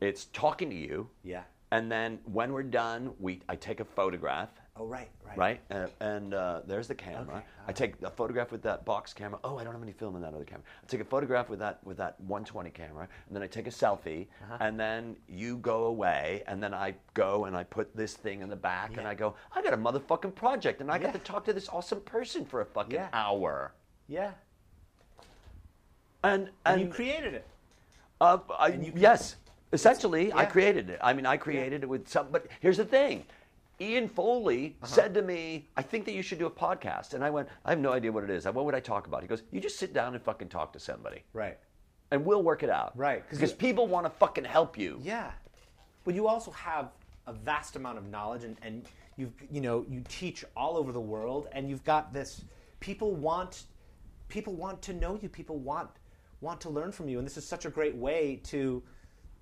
A: it's talking to you.
B: Yeah.
A: And then when we're done, we, I take a photograph.
B: oh right, right,
A: Right? Uh, and uh, there's the camera.
B: Okay,
A: I take a photograph with that box camera. Oh, I don't have any film in that other camera. I take a photograph with that with that 120 camera, and then I take a selfie,
B: Uh-huh.
A: and then you go away, and then I go and I put this thing in the back, and
B: Yeah.
A: I go, I got a motherfucking project, and I got
B: Yeah.
A: to talk to this awesome person for a fucking
B: Yeah.
A: hour.
B: Yeah,
A: And and,
B: and, you created it.
A: uh, I, yes, essentially, I
B: yeah.
A: created it. I mean, I created it with some. But here's the thing: Ian Foley
B: Uh-huh.
A: said to me, "I think that you should do a podcast," and I went, "I have no idea what it is. What would I talk about?" He goes, "You just sit down and fucking talk to somebody,
B: Right.
A: and we'll work it out."
B: Right, 'cause
A: Because
B: you-
A: people want to fucking help you.
B: Yeah, but you also have a vast amount of knowledge, and, and you've you know you teach all over the world, and you've got this. People want people want to know you. People want want to learn from you, and this is such a great way to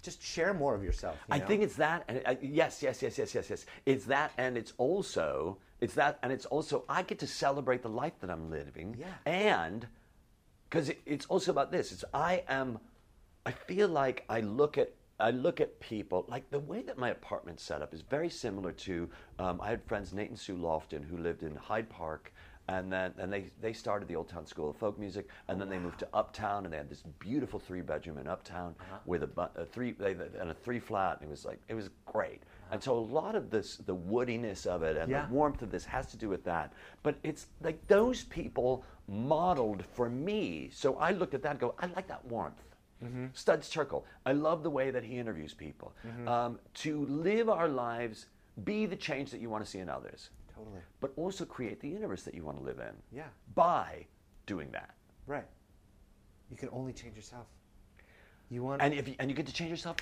B: just share more of yourself. you
A: I
B: know?
A: think it's that, and I, yes, yes, yes, yes, yes, yes. It's that, and it's also it's that, and it's also I get to celebrate the life that I'm living.
B: Yeah.
A: and because it, it's also about this. It's I am. I feel like I look at I look at people like the way that my apartment's set up is very similar to um, I had friends Nate and Sue Lofton who lived in Hyde Park. And then and they, they started the Old Town School of Folk Music, and then they moved to Uptown, and they had this beautiful three bedroom in Uptown with a, bu- a three they, they- and a three flat, and it was like it was great. And so a lot of this, the woodiness of it, and
B: Yeah.
A: the warmth of this has to do with that. But it's like those people modeled for me. So I looked at that and go, I like that warmth.
B: Mm-hmm.
A: Studs Terkel, I love the way that he interviews people.
B: Mm-hmm.
A: Um, to live our lives, be the change that you want to see in others.
B: Totally.
A: But also create the universe that you want to live in.
B: Yeah.
A: By doing that.
B: right. You can only change yourself. You want
A: And if you, and you get to change yourself,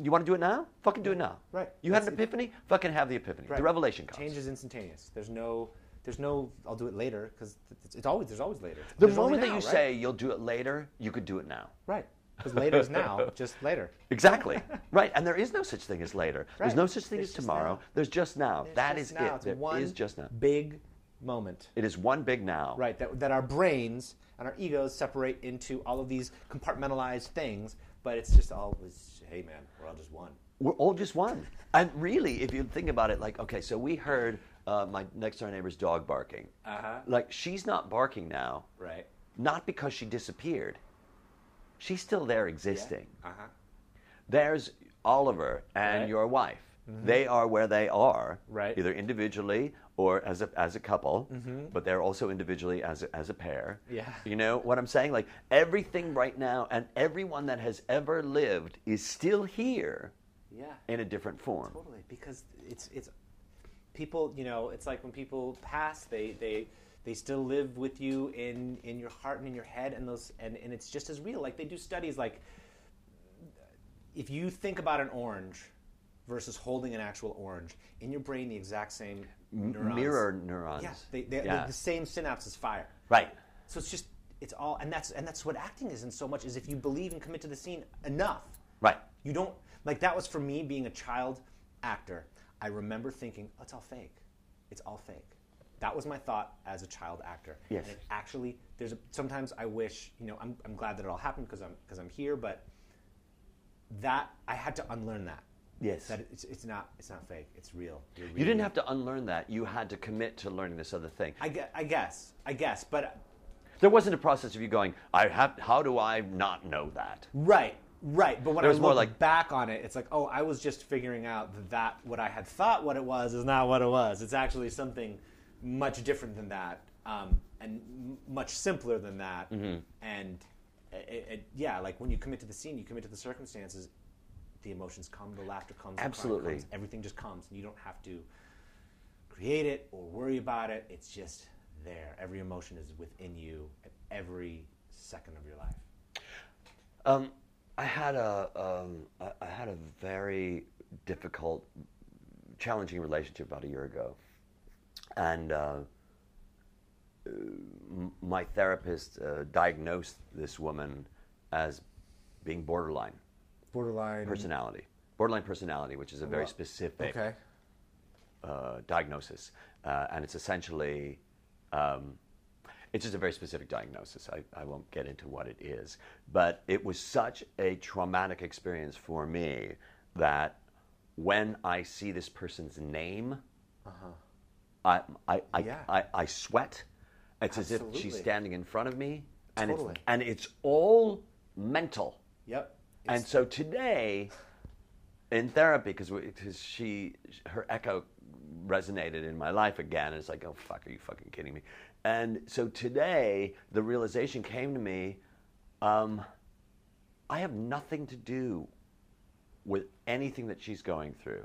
A: you want to do it now? Fucking do it now.
B: Right.
A: You had an
B: That's it.
A: epiphany? Fucking have the epiphany.
B: Right.
A: The revelation comes.
B: Change is instantaneous. There's no there's no I'll do it later because it's, it's always there's always later.
A: The
B: There's only
A: moment that you
B: now, right?
A: say you'll do it later, you could do it now.
B: right because later is now, just later.
A: Exactly. right. And there is no such thing as later. There's
B: Right.
A: no such thing
B: There's
A: as
B: just
A: tomorrow.
B: now.
A: There's just now.
B: It's
A: That
B: just
A: is
B: now.
A: it.
B: It's
A: There
B: one
A: is just now.
B: Big moment,
A: It is one big now.
B: right? That, that our brains and our egos separate into all of these compartmentalized things, but it's just always, hey man, we're all just one.
A: We're all just one. And really, if you think about it, like, okay, so we heard uh, my next door neighbor's dog barking.
B: Uh-huh.
A: Like, she's not barking now,
B: Right.
A: not because she disappeared. She's still there existing.
B: Uh huh.
A: there's Oliver and
B: Right. Mm-hmm.
A: your wife. They are where they are,
B: Right. Mm-hmm.
A: either individually or as a, as a couple, but they're also individually as a, as a pair.
B: Yeah.
A: You know what I'm saying? Like everything right now and everyone that has ever lived is still here
B: Yeah.
A: in a different form.
B: Totally, because it's it's people. You know, it's like when people pass, they they they still live with you in in your heart and in your head, and those and and it's just as real. Like they do studies, like if you think about an orange, versus holding an actual orange. In your brain, the exact same
A: M-
B: neurons.
A: mirror neurons.
B: Yeah, they, they,
A: Yeah.
B: The, the same synapses fire.
A: Right.
B: So it's just it's all, and that's and that's what acting is in so much is if you believe and commit to the scene enough.
A: Right.
B: You don't like that was for me being a child actor. I remember thinking, oh, it's all fake. It's all fake. That was my thought as a child actor.
A: Yes.
B: And it actually, there's a, sometimes I wish you know I'm, I'm glad that it all happened because I'm because I'm here, but that I had to unlearn that.
A: Yes.
B: That it's, it's not it's not fake. It's real. You're
A: You didn't
B: really-
A: have to unlearn that. You had to commit to learning this other thing.
B: I guess, I guess. I guess. But
A: There wasn't a process of you going, I have how do I not know that?
B: Right, right. But when I
A: There's
B: look
A: more like-
B: back on it, it's like, oh, I was just figuring out that, that what I had thought what it was is not what it was. It's actually something much different than that, um, and m- much simpler than that.
A: Mm-hmm.
B: And it, it, it- yeah, like when you commit to the scene, you commit to the circumstances. The emotions come, the laughter comes, the crying
A: Absolutely.
B: comes, everything just comes, and you don't have to create it or worry about it. It's just there. Every emotion is within you at every second of your life.
A: Um, I had a um, I- I had a very difficult, challenging relationship about a year ago, and uh, uh, m- my therapist uh, diagnosed this woman as being borderline
B: Borderline
A: personality, borderline personality, which is a very
B: Mm-hmm. Wha-
A: specific uh, diagnosis, uh, and it's essentially um, it's just a very specific diagnosis. I, I won't get into what it is, but it was such a traumatic experience for me that when I see this person's name, I, I, I,
B: Uh-huh. Yeah.
A: I, I sweat. It's as if she's
B: Absolutely.
A: standing in front of me, and
B: Totally.
A: it's, and it's all mental.
B: Yep.
A: And so today, in therapy, because she, her echo resonated in my life again, and it's like, oh fuck, are you fucking kidding me? And so today, the realization came to me, um, I have nothing to do with anything that she's going through.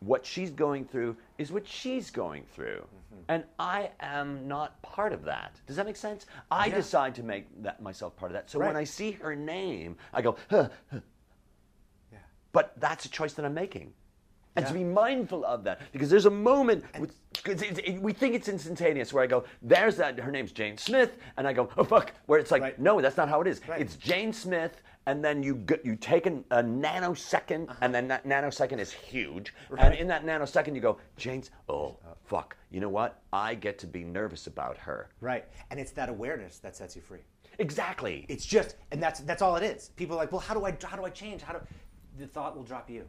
A: What she's going through is what she's going through.
B: Mm-hmm.
A: And I am not part of that. Does that make sense? I
B: Yeah.
A: decide to make that myself part of that. So when
B: Right.
A: I see her name, I go, huh, huh. but that's a choice that I'm making. And to
B: Yeah.
A: be mindful of that, because there's a moment, with, 'cause it's- it- we think it's instantaneous, where I go, there's that, her name's Jane Smith, and I go, oh fuck, where it's like,
B: Right.
A: no, that's not how it is.
B: Right.
A: It's Jane Smith, and then you go, you take an, a nanosecond, and then that nanosecond is huge, and
B: Uh-huh. Right.
A: in that nanosecond you go, Jane's, oh fuck, you know what? I get to be nervous about her.
B: Right. And it's that awareness that sets you free.
A: Exactly.
B: It's just and that's that's all it is. People are like, "Well, how do I how do I change? How do The thought will drop you.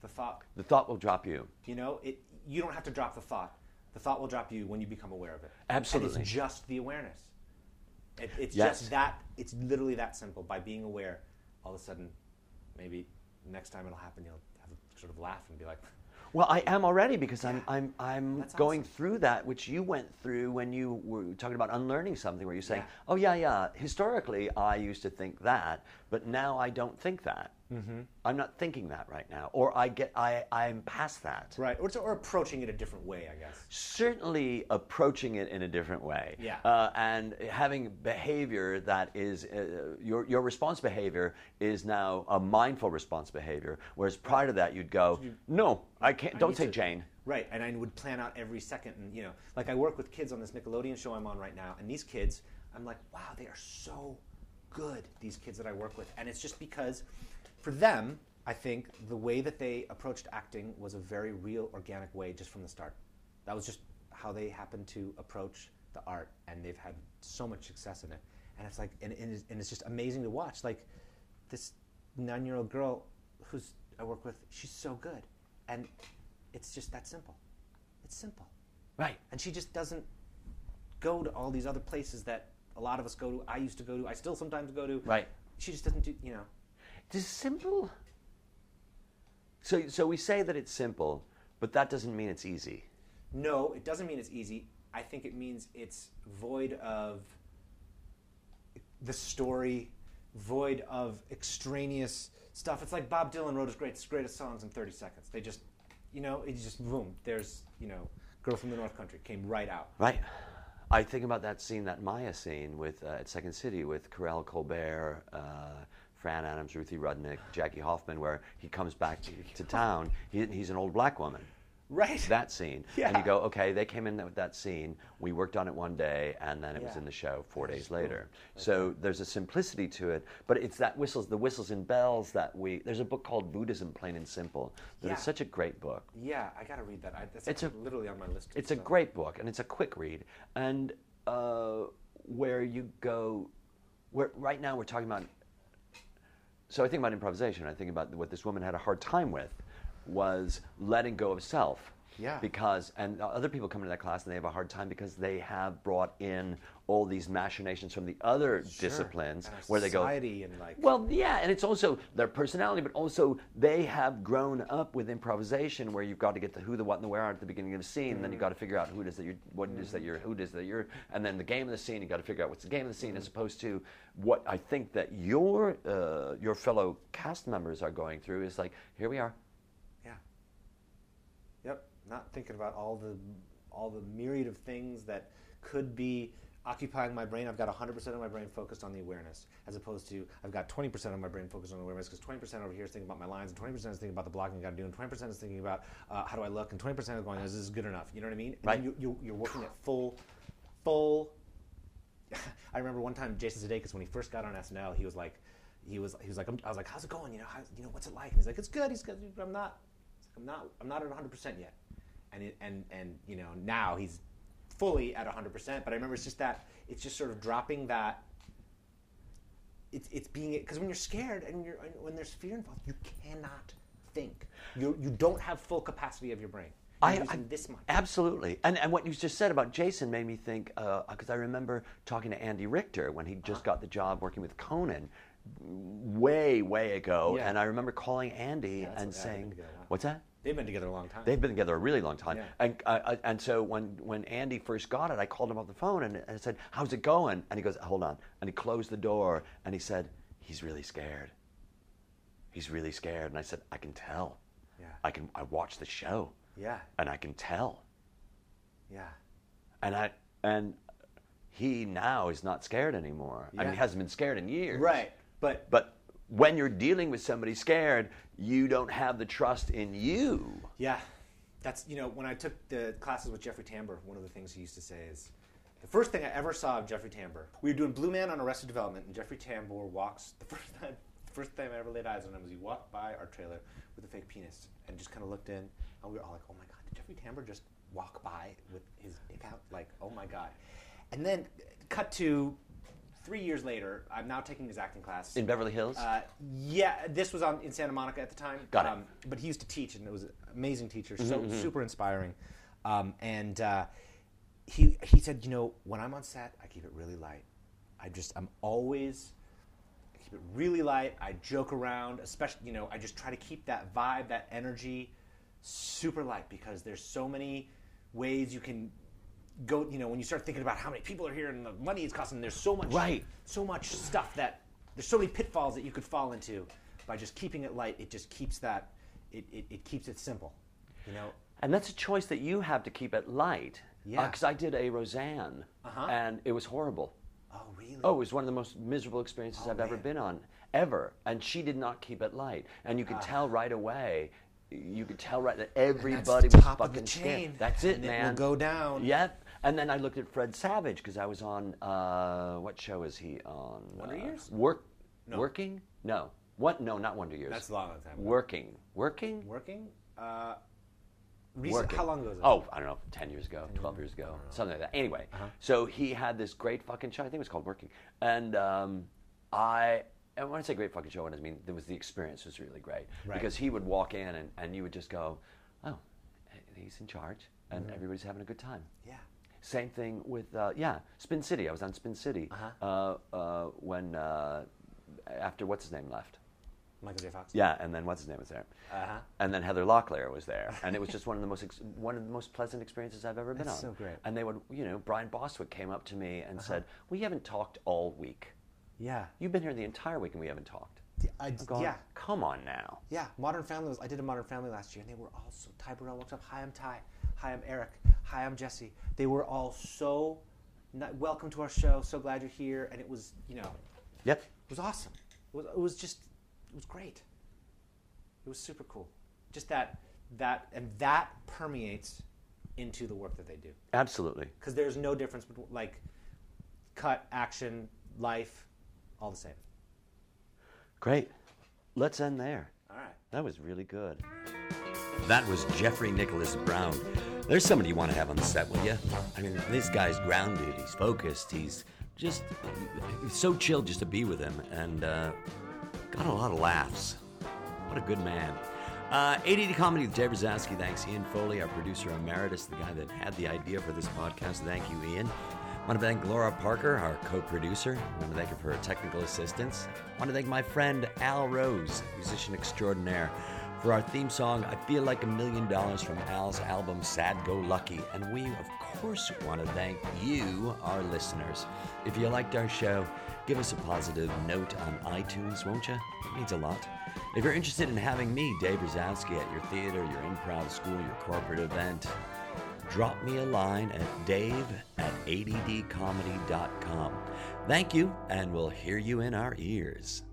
B: The thought,
A: the thought will drop you.
B: you know, it you don't have to drop the thought. The thought will drop you when you become aware of it. And
A: Absolutely.
B: it's just the awareness. It, it's
A: Yes.
B: just that it's literally that simple by being aware. All of a sudden, maybe next time it'll happen, you'll have a sort of laugh and be like,
A: Well, I am already because I'm I'm I'm
B: That's
A: going
B: awesome.
A: through that which you went through when you were talking about unlearning something where you're saying,
B: Yeah.
A: "Oh yeah, yeah, historically I used to think that, but now I don't think that.
B: Mm-hmm.
A: I'm not thinking that right now or I get I I'm past that."
B: right, or, or approaching it a different way, I guess.
A: Certainly approaching it in a different way.
B: Yeah.
A: Uh, and having behavior that is, uh, your, your response behavior is now a mindful response behavior. Whereas prior to that, you'd go, no, I can't, don't
B: need
A: say
B: to-
A: Jane.
B: Right, and I would plan out every second, and you know, like I work with kids on this Nickelodeon show I'm on right now, and these kids, I'm like, wow, they are so good. These kids that I work with, and it's just because, for them, I think the way that they approached acting was a very real, organic way, just from the start. That was just how they happened to approach the art, and they've had so much success in it. And it's like, and, and, it's, and it's just amazing to watch. Like, this nine-year-old girl who's I work with, she's so good, and it's just that simple. It's simple,
A: Right.
B: and she just doesn't go to all these other places that a lot of us go to. I used to go to. I still sometimes go to.
A: Right.
B: She just doesn't do. You know.
A: Does simple? So, so we say that it's simple, but that doesn't mean it's easy.
B: No, it doesn't mean it's easy. I think it means it's void of the story, void of extraneous stuff. It's like Bob Dylan wrote his greatest, greatest songs in 30 seconds. They just, you know, it's just boom. There's, you know, Girl from the North Country came right out.
A: Right. I think about that scene, that Maya scene with uh, at Second City with Corral Colbert, uh, Fran Adams, Ruthie Rudnick, Jackie Hoffman, where he comes back to, to town. He, he's an old black woman.
B: Right.
A: That scene.
B: Yeah.
A: And you go, okay, they came in with that scene. We worked on it one day, and then it was
B: Yeah.
A: in the show four days later. So there's a simplicity to it, but it's that whistles, the whistles and bells that we. There's a book called Buddhism, Plain and Simple. That is
B: Yeah.
A: such a great book.
B: yeah, I gotta read that. I, that's
A: It's
B: it's
A: a-
B: literally on my list.
A: It's a
B: so-
A: great book, and it's a quick read, and uh, where you go. Where right now we're talking about. So I think about improvisation. I think about what this woman had a hard time with, was letting go of self.
B: Yeah.
A: Because and other people come into that class and they have a hard time because they have brought in all these machinations from the other
B: Sure.
A: disciplines
B: And our
A: where they go
B: society and like
A: well, yeah, and it's also their personality, but also they have grown up with improvisation, where you've got to get the who, the what, and the where at the beginning of the scene, and then you've got to figure out who it is that you're, what it is that you're, who it is that you're, and then the game of the scene. You've got to figure out what's the game of the scene, as opposed to what I think that your uh, your fellow cast members are going through is like, here we are,
B: Yeah. Yep. Not thinking about all the all the myriad of things that could be occupying my brain. I've got 100% of my brain focused on the awareness, as opposed to I've got 20% of my brain focused on awareness because 20% over here is thinking about my lines, and 20% is thinking about the blocking I got to do, and 20% is thinking about uh, how do I look, and 20% is going, is this good enough? You know what I mean? And
A: Right.
B: Then you, you, you're working at full, full I remember one time Jason Sudeikis when he first got on SNL, he was like, he was he was like, I'm, I was like, how's it going? You know, how, you know, what's it like? And he's like, it's good. He's good. but I'm not, he's like, I'm not, I'm not at 100 percent yet. And it, and and you know now he's fully at 100 percent. But I remember it's just that it's just sort of dropping that. It's it's being because when you're scared and you're and when there's fear involved, you cannot think. You you don't have full capacity of your brain. You're using this much.
A: Absolutely. And, and what you just said about Jason made me think, because I remember talking to Andy Richter when he just got the job working with Conan way, way ago.
B: Yeah.
A: And I remember calling Andy
B: that's
A: and
B: what- yeah, I
A: saying,
B: didn't get that.
A: What's that?
B: They've been together a long time.
A: They've been together a really long time.
B: Yeah.
A: And, uh, uh, and so when, when Andy first got it, I called him off the phone and, and I said, How's it going? And he goes, Hold on. And he closed the door and he said, He's really scared. He's really scared. And I said, I can tell.
B: Yeah.
A: I can. I watch the show
B: yeah
A: and I can tell
B: yeah.
A: and I and he now is not scared anymore. I mean,
B: Yeah.
A: he hasn't been scared in years.
B: Right. But
A: But when you're dealing with somebody scared, you don't have the trust in you.
B: yeah, that's you know when I took the classes with Jeffrey Tambor, one of the things he used to say is, the first thing I ever saw of Jeffrey Tambor, we were doing Blue Man on Arrested Development, and Jeffrey Tambor walks the first time. the First time I ever laid eyes on him was he walked by our trailer with a fake penis and just kind of looked in, and we were all like, "Oh my god, did Jeffrey Tambor just walk by with his dick out?" Like, "Oh my god!" And then uh, cut to three years later. I'm now taking his acting class
A: In Beverly Hills,
B: uh, yeah, this was on in Santa Monica at the time. Um,
A: Got it. Mm-hmm,
B: but he used to teach, and it was an amazing teacher, so super inspiring. Um, and uh, he he said, you know, when I'm on set, I keep it really light. I just I'm always I keep it really light. I joke around, especially you know, I just try to keep that vibe, that energy, super light because there's so many ways you can go. You know, when you start thinking about how many people are here and the money it's costing, there's so much
A: Right.
B: so much stuff that there's so many pitfalls that you could fall into by just keeping it light. It just keeps that it, it, it keeps it simple, you know.
A: and that's a choice that you have to keep it light.
B: Yeah. Uh-huh.
A: Because I did a Roseanne, and it was horrible.
B: Oh really?
A: Oh, it was one of the most miserable experiences I've ever
B: Oh, man.
A: been on, ever. And she did not keep it light, and you could tell right away. You could tell right that everybody was
B: top of Ah. the
A: fucking scared.
B: chain,
A: That's it,
B: and it will
A: man.
B: go down.
A: Yep. And then I looked at Fred Savage because I was on uh, what show is he on?
B: Wonder
A: Uh,
B: Years?
A: Work, working? No. What? No, not Wonder Years.
B: That's a long time ago.
A: Working, working,
B: Working? Uh, recent,
A: Working.
B: How long ago was it?
A: Oh, I don't know, 10 years ago, 12 years ago, something like that. Anyway,
B: Uh-huh.
A: so he had this great fucking show. I think it was called Working. And um, I, and when I say great fucking show, what I mean, there was the experience was really great.
B: Right.
A: Because he would walk in and, and you would just go, oh, he's in charge and
B: Mm-hmm.
A: everybody's having a good time.
B: yeah.
A: Same thing with uh, yeah, Spin City. I was on Spin City
B: Uh-huh.
A: uh uh, when uh, after what's his name left.
B: Michael J. Fox.
A: Yeah, and then what's his name was there,
B: Uh-huh.
A: and then Heather Locklear was there, and it was just one of the most ex- one of the most pleasant experiences I've ever been
B: That's
A: on.
B: so great. Uh-huh.
A: And they would, you know, Brian Boswick came up to me and said, "We haven't talked all week.
B: Yeah.
A: You've been here the entire week, and we haven't talked."
B: I d-
A: Gone,
B: yeah.
A: Come on now.
B: Yeah. Modern Family was. I did a Modern Family last year, and they were all so. Ty Burrell walked up. Hi, I'm Ty. Hi, I'm Eric. Hi, I'm Jesse. They were all so. Not, welcome to our show. So glad you're here. And it was, you know,
A: Yep.
B: It was awesome. was, it was just it was great. It was super cool. Just that that and that permeates into the work that they do
C: Absolutely.
B: because there's no difference between like cut action life, all the same.
C: Great. Let's end there.
B: All right.
C: That was really good.
A: That was Jeffrey Nicholas Brown. There's somebody you want to have on set, will you? I mean, this guy's grounded, he's focused, he's just it's so chill just to be with him, and uh, got a lot of laughs. What a good man. Uh, ADD Comedy with Jay Brzezowski. Thanks, Ian Foley, our producer emeritus, the guy that had the idea for this podcast. Thank you, Ian. want to thank Laura Parker, our co producer. want to thank her for her technical assistance. want to thank my friend Al Rose, musician extraordinaire, for our theme song, I Feel Like a Million Dollars from Al's album Sad Go Lucky. And we, of course, want to thank you, our listeners. If you liked our show, give us a positive note on iTunes, won't you? It means a lot. If you're interested in having me, Dave Brzezowski, at your theater, your improv school, your corporate event, drop me a line at dave at addcomedy.com. Thank you, and we'll hear you in our ears.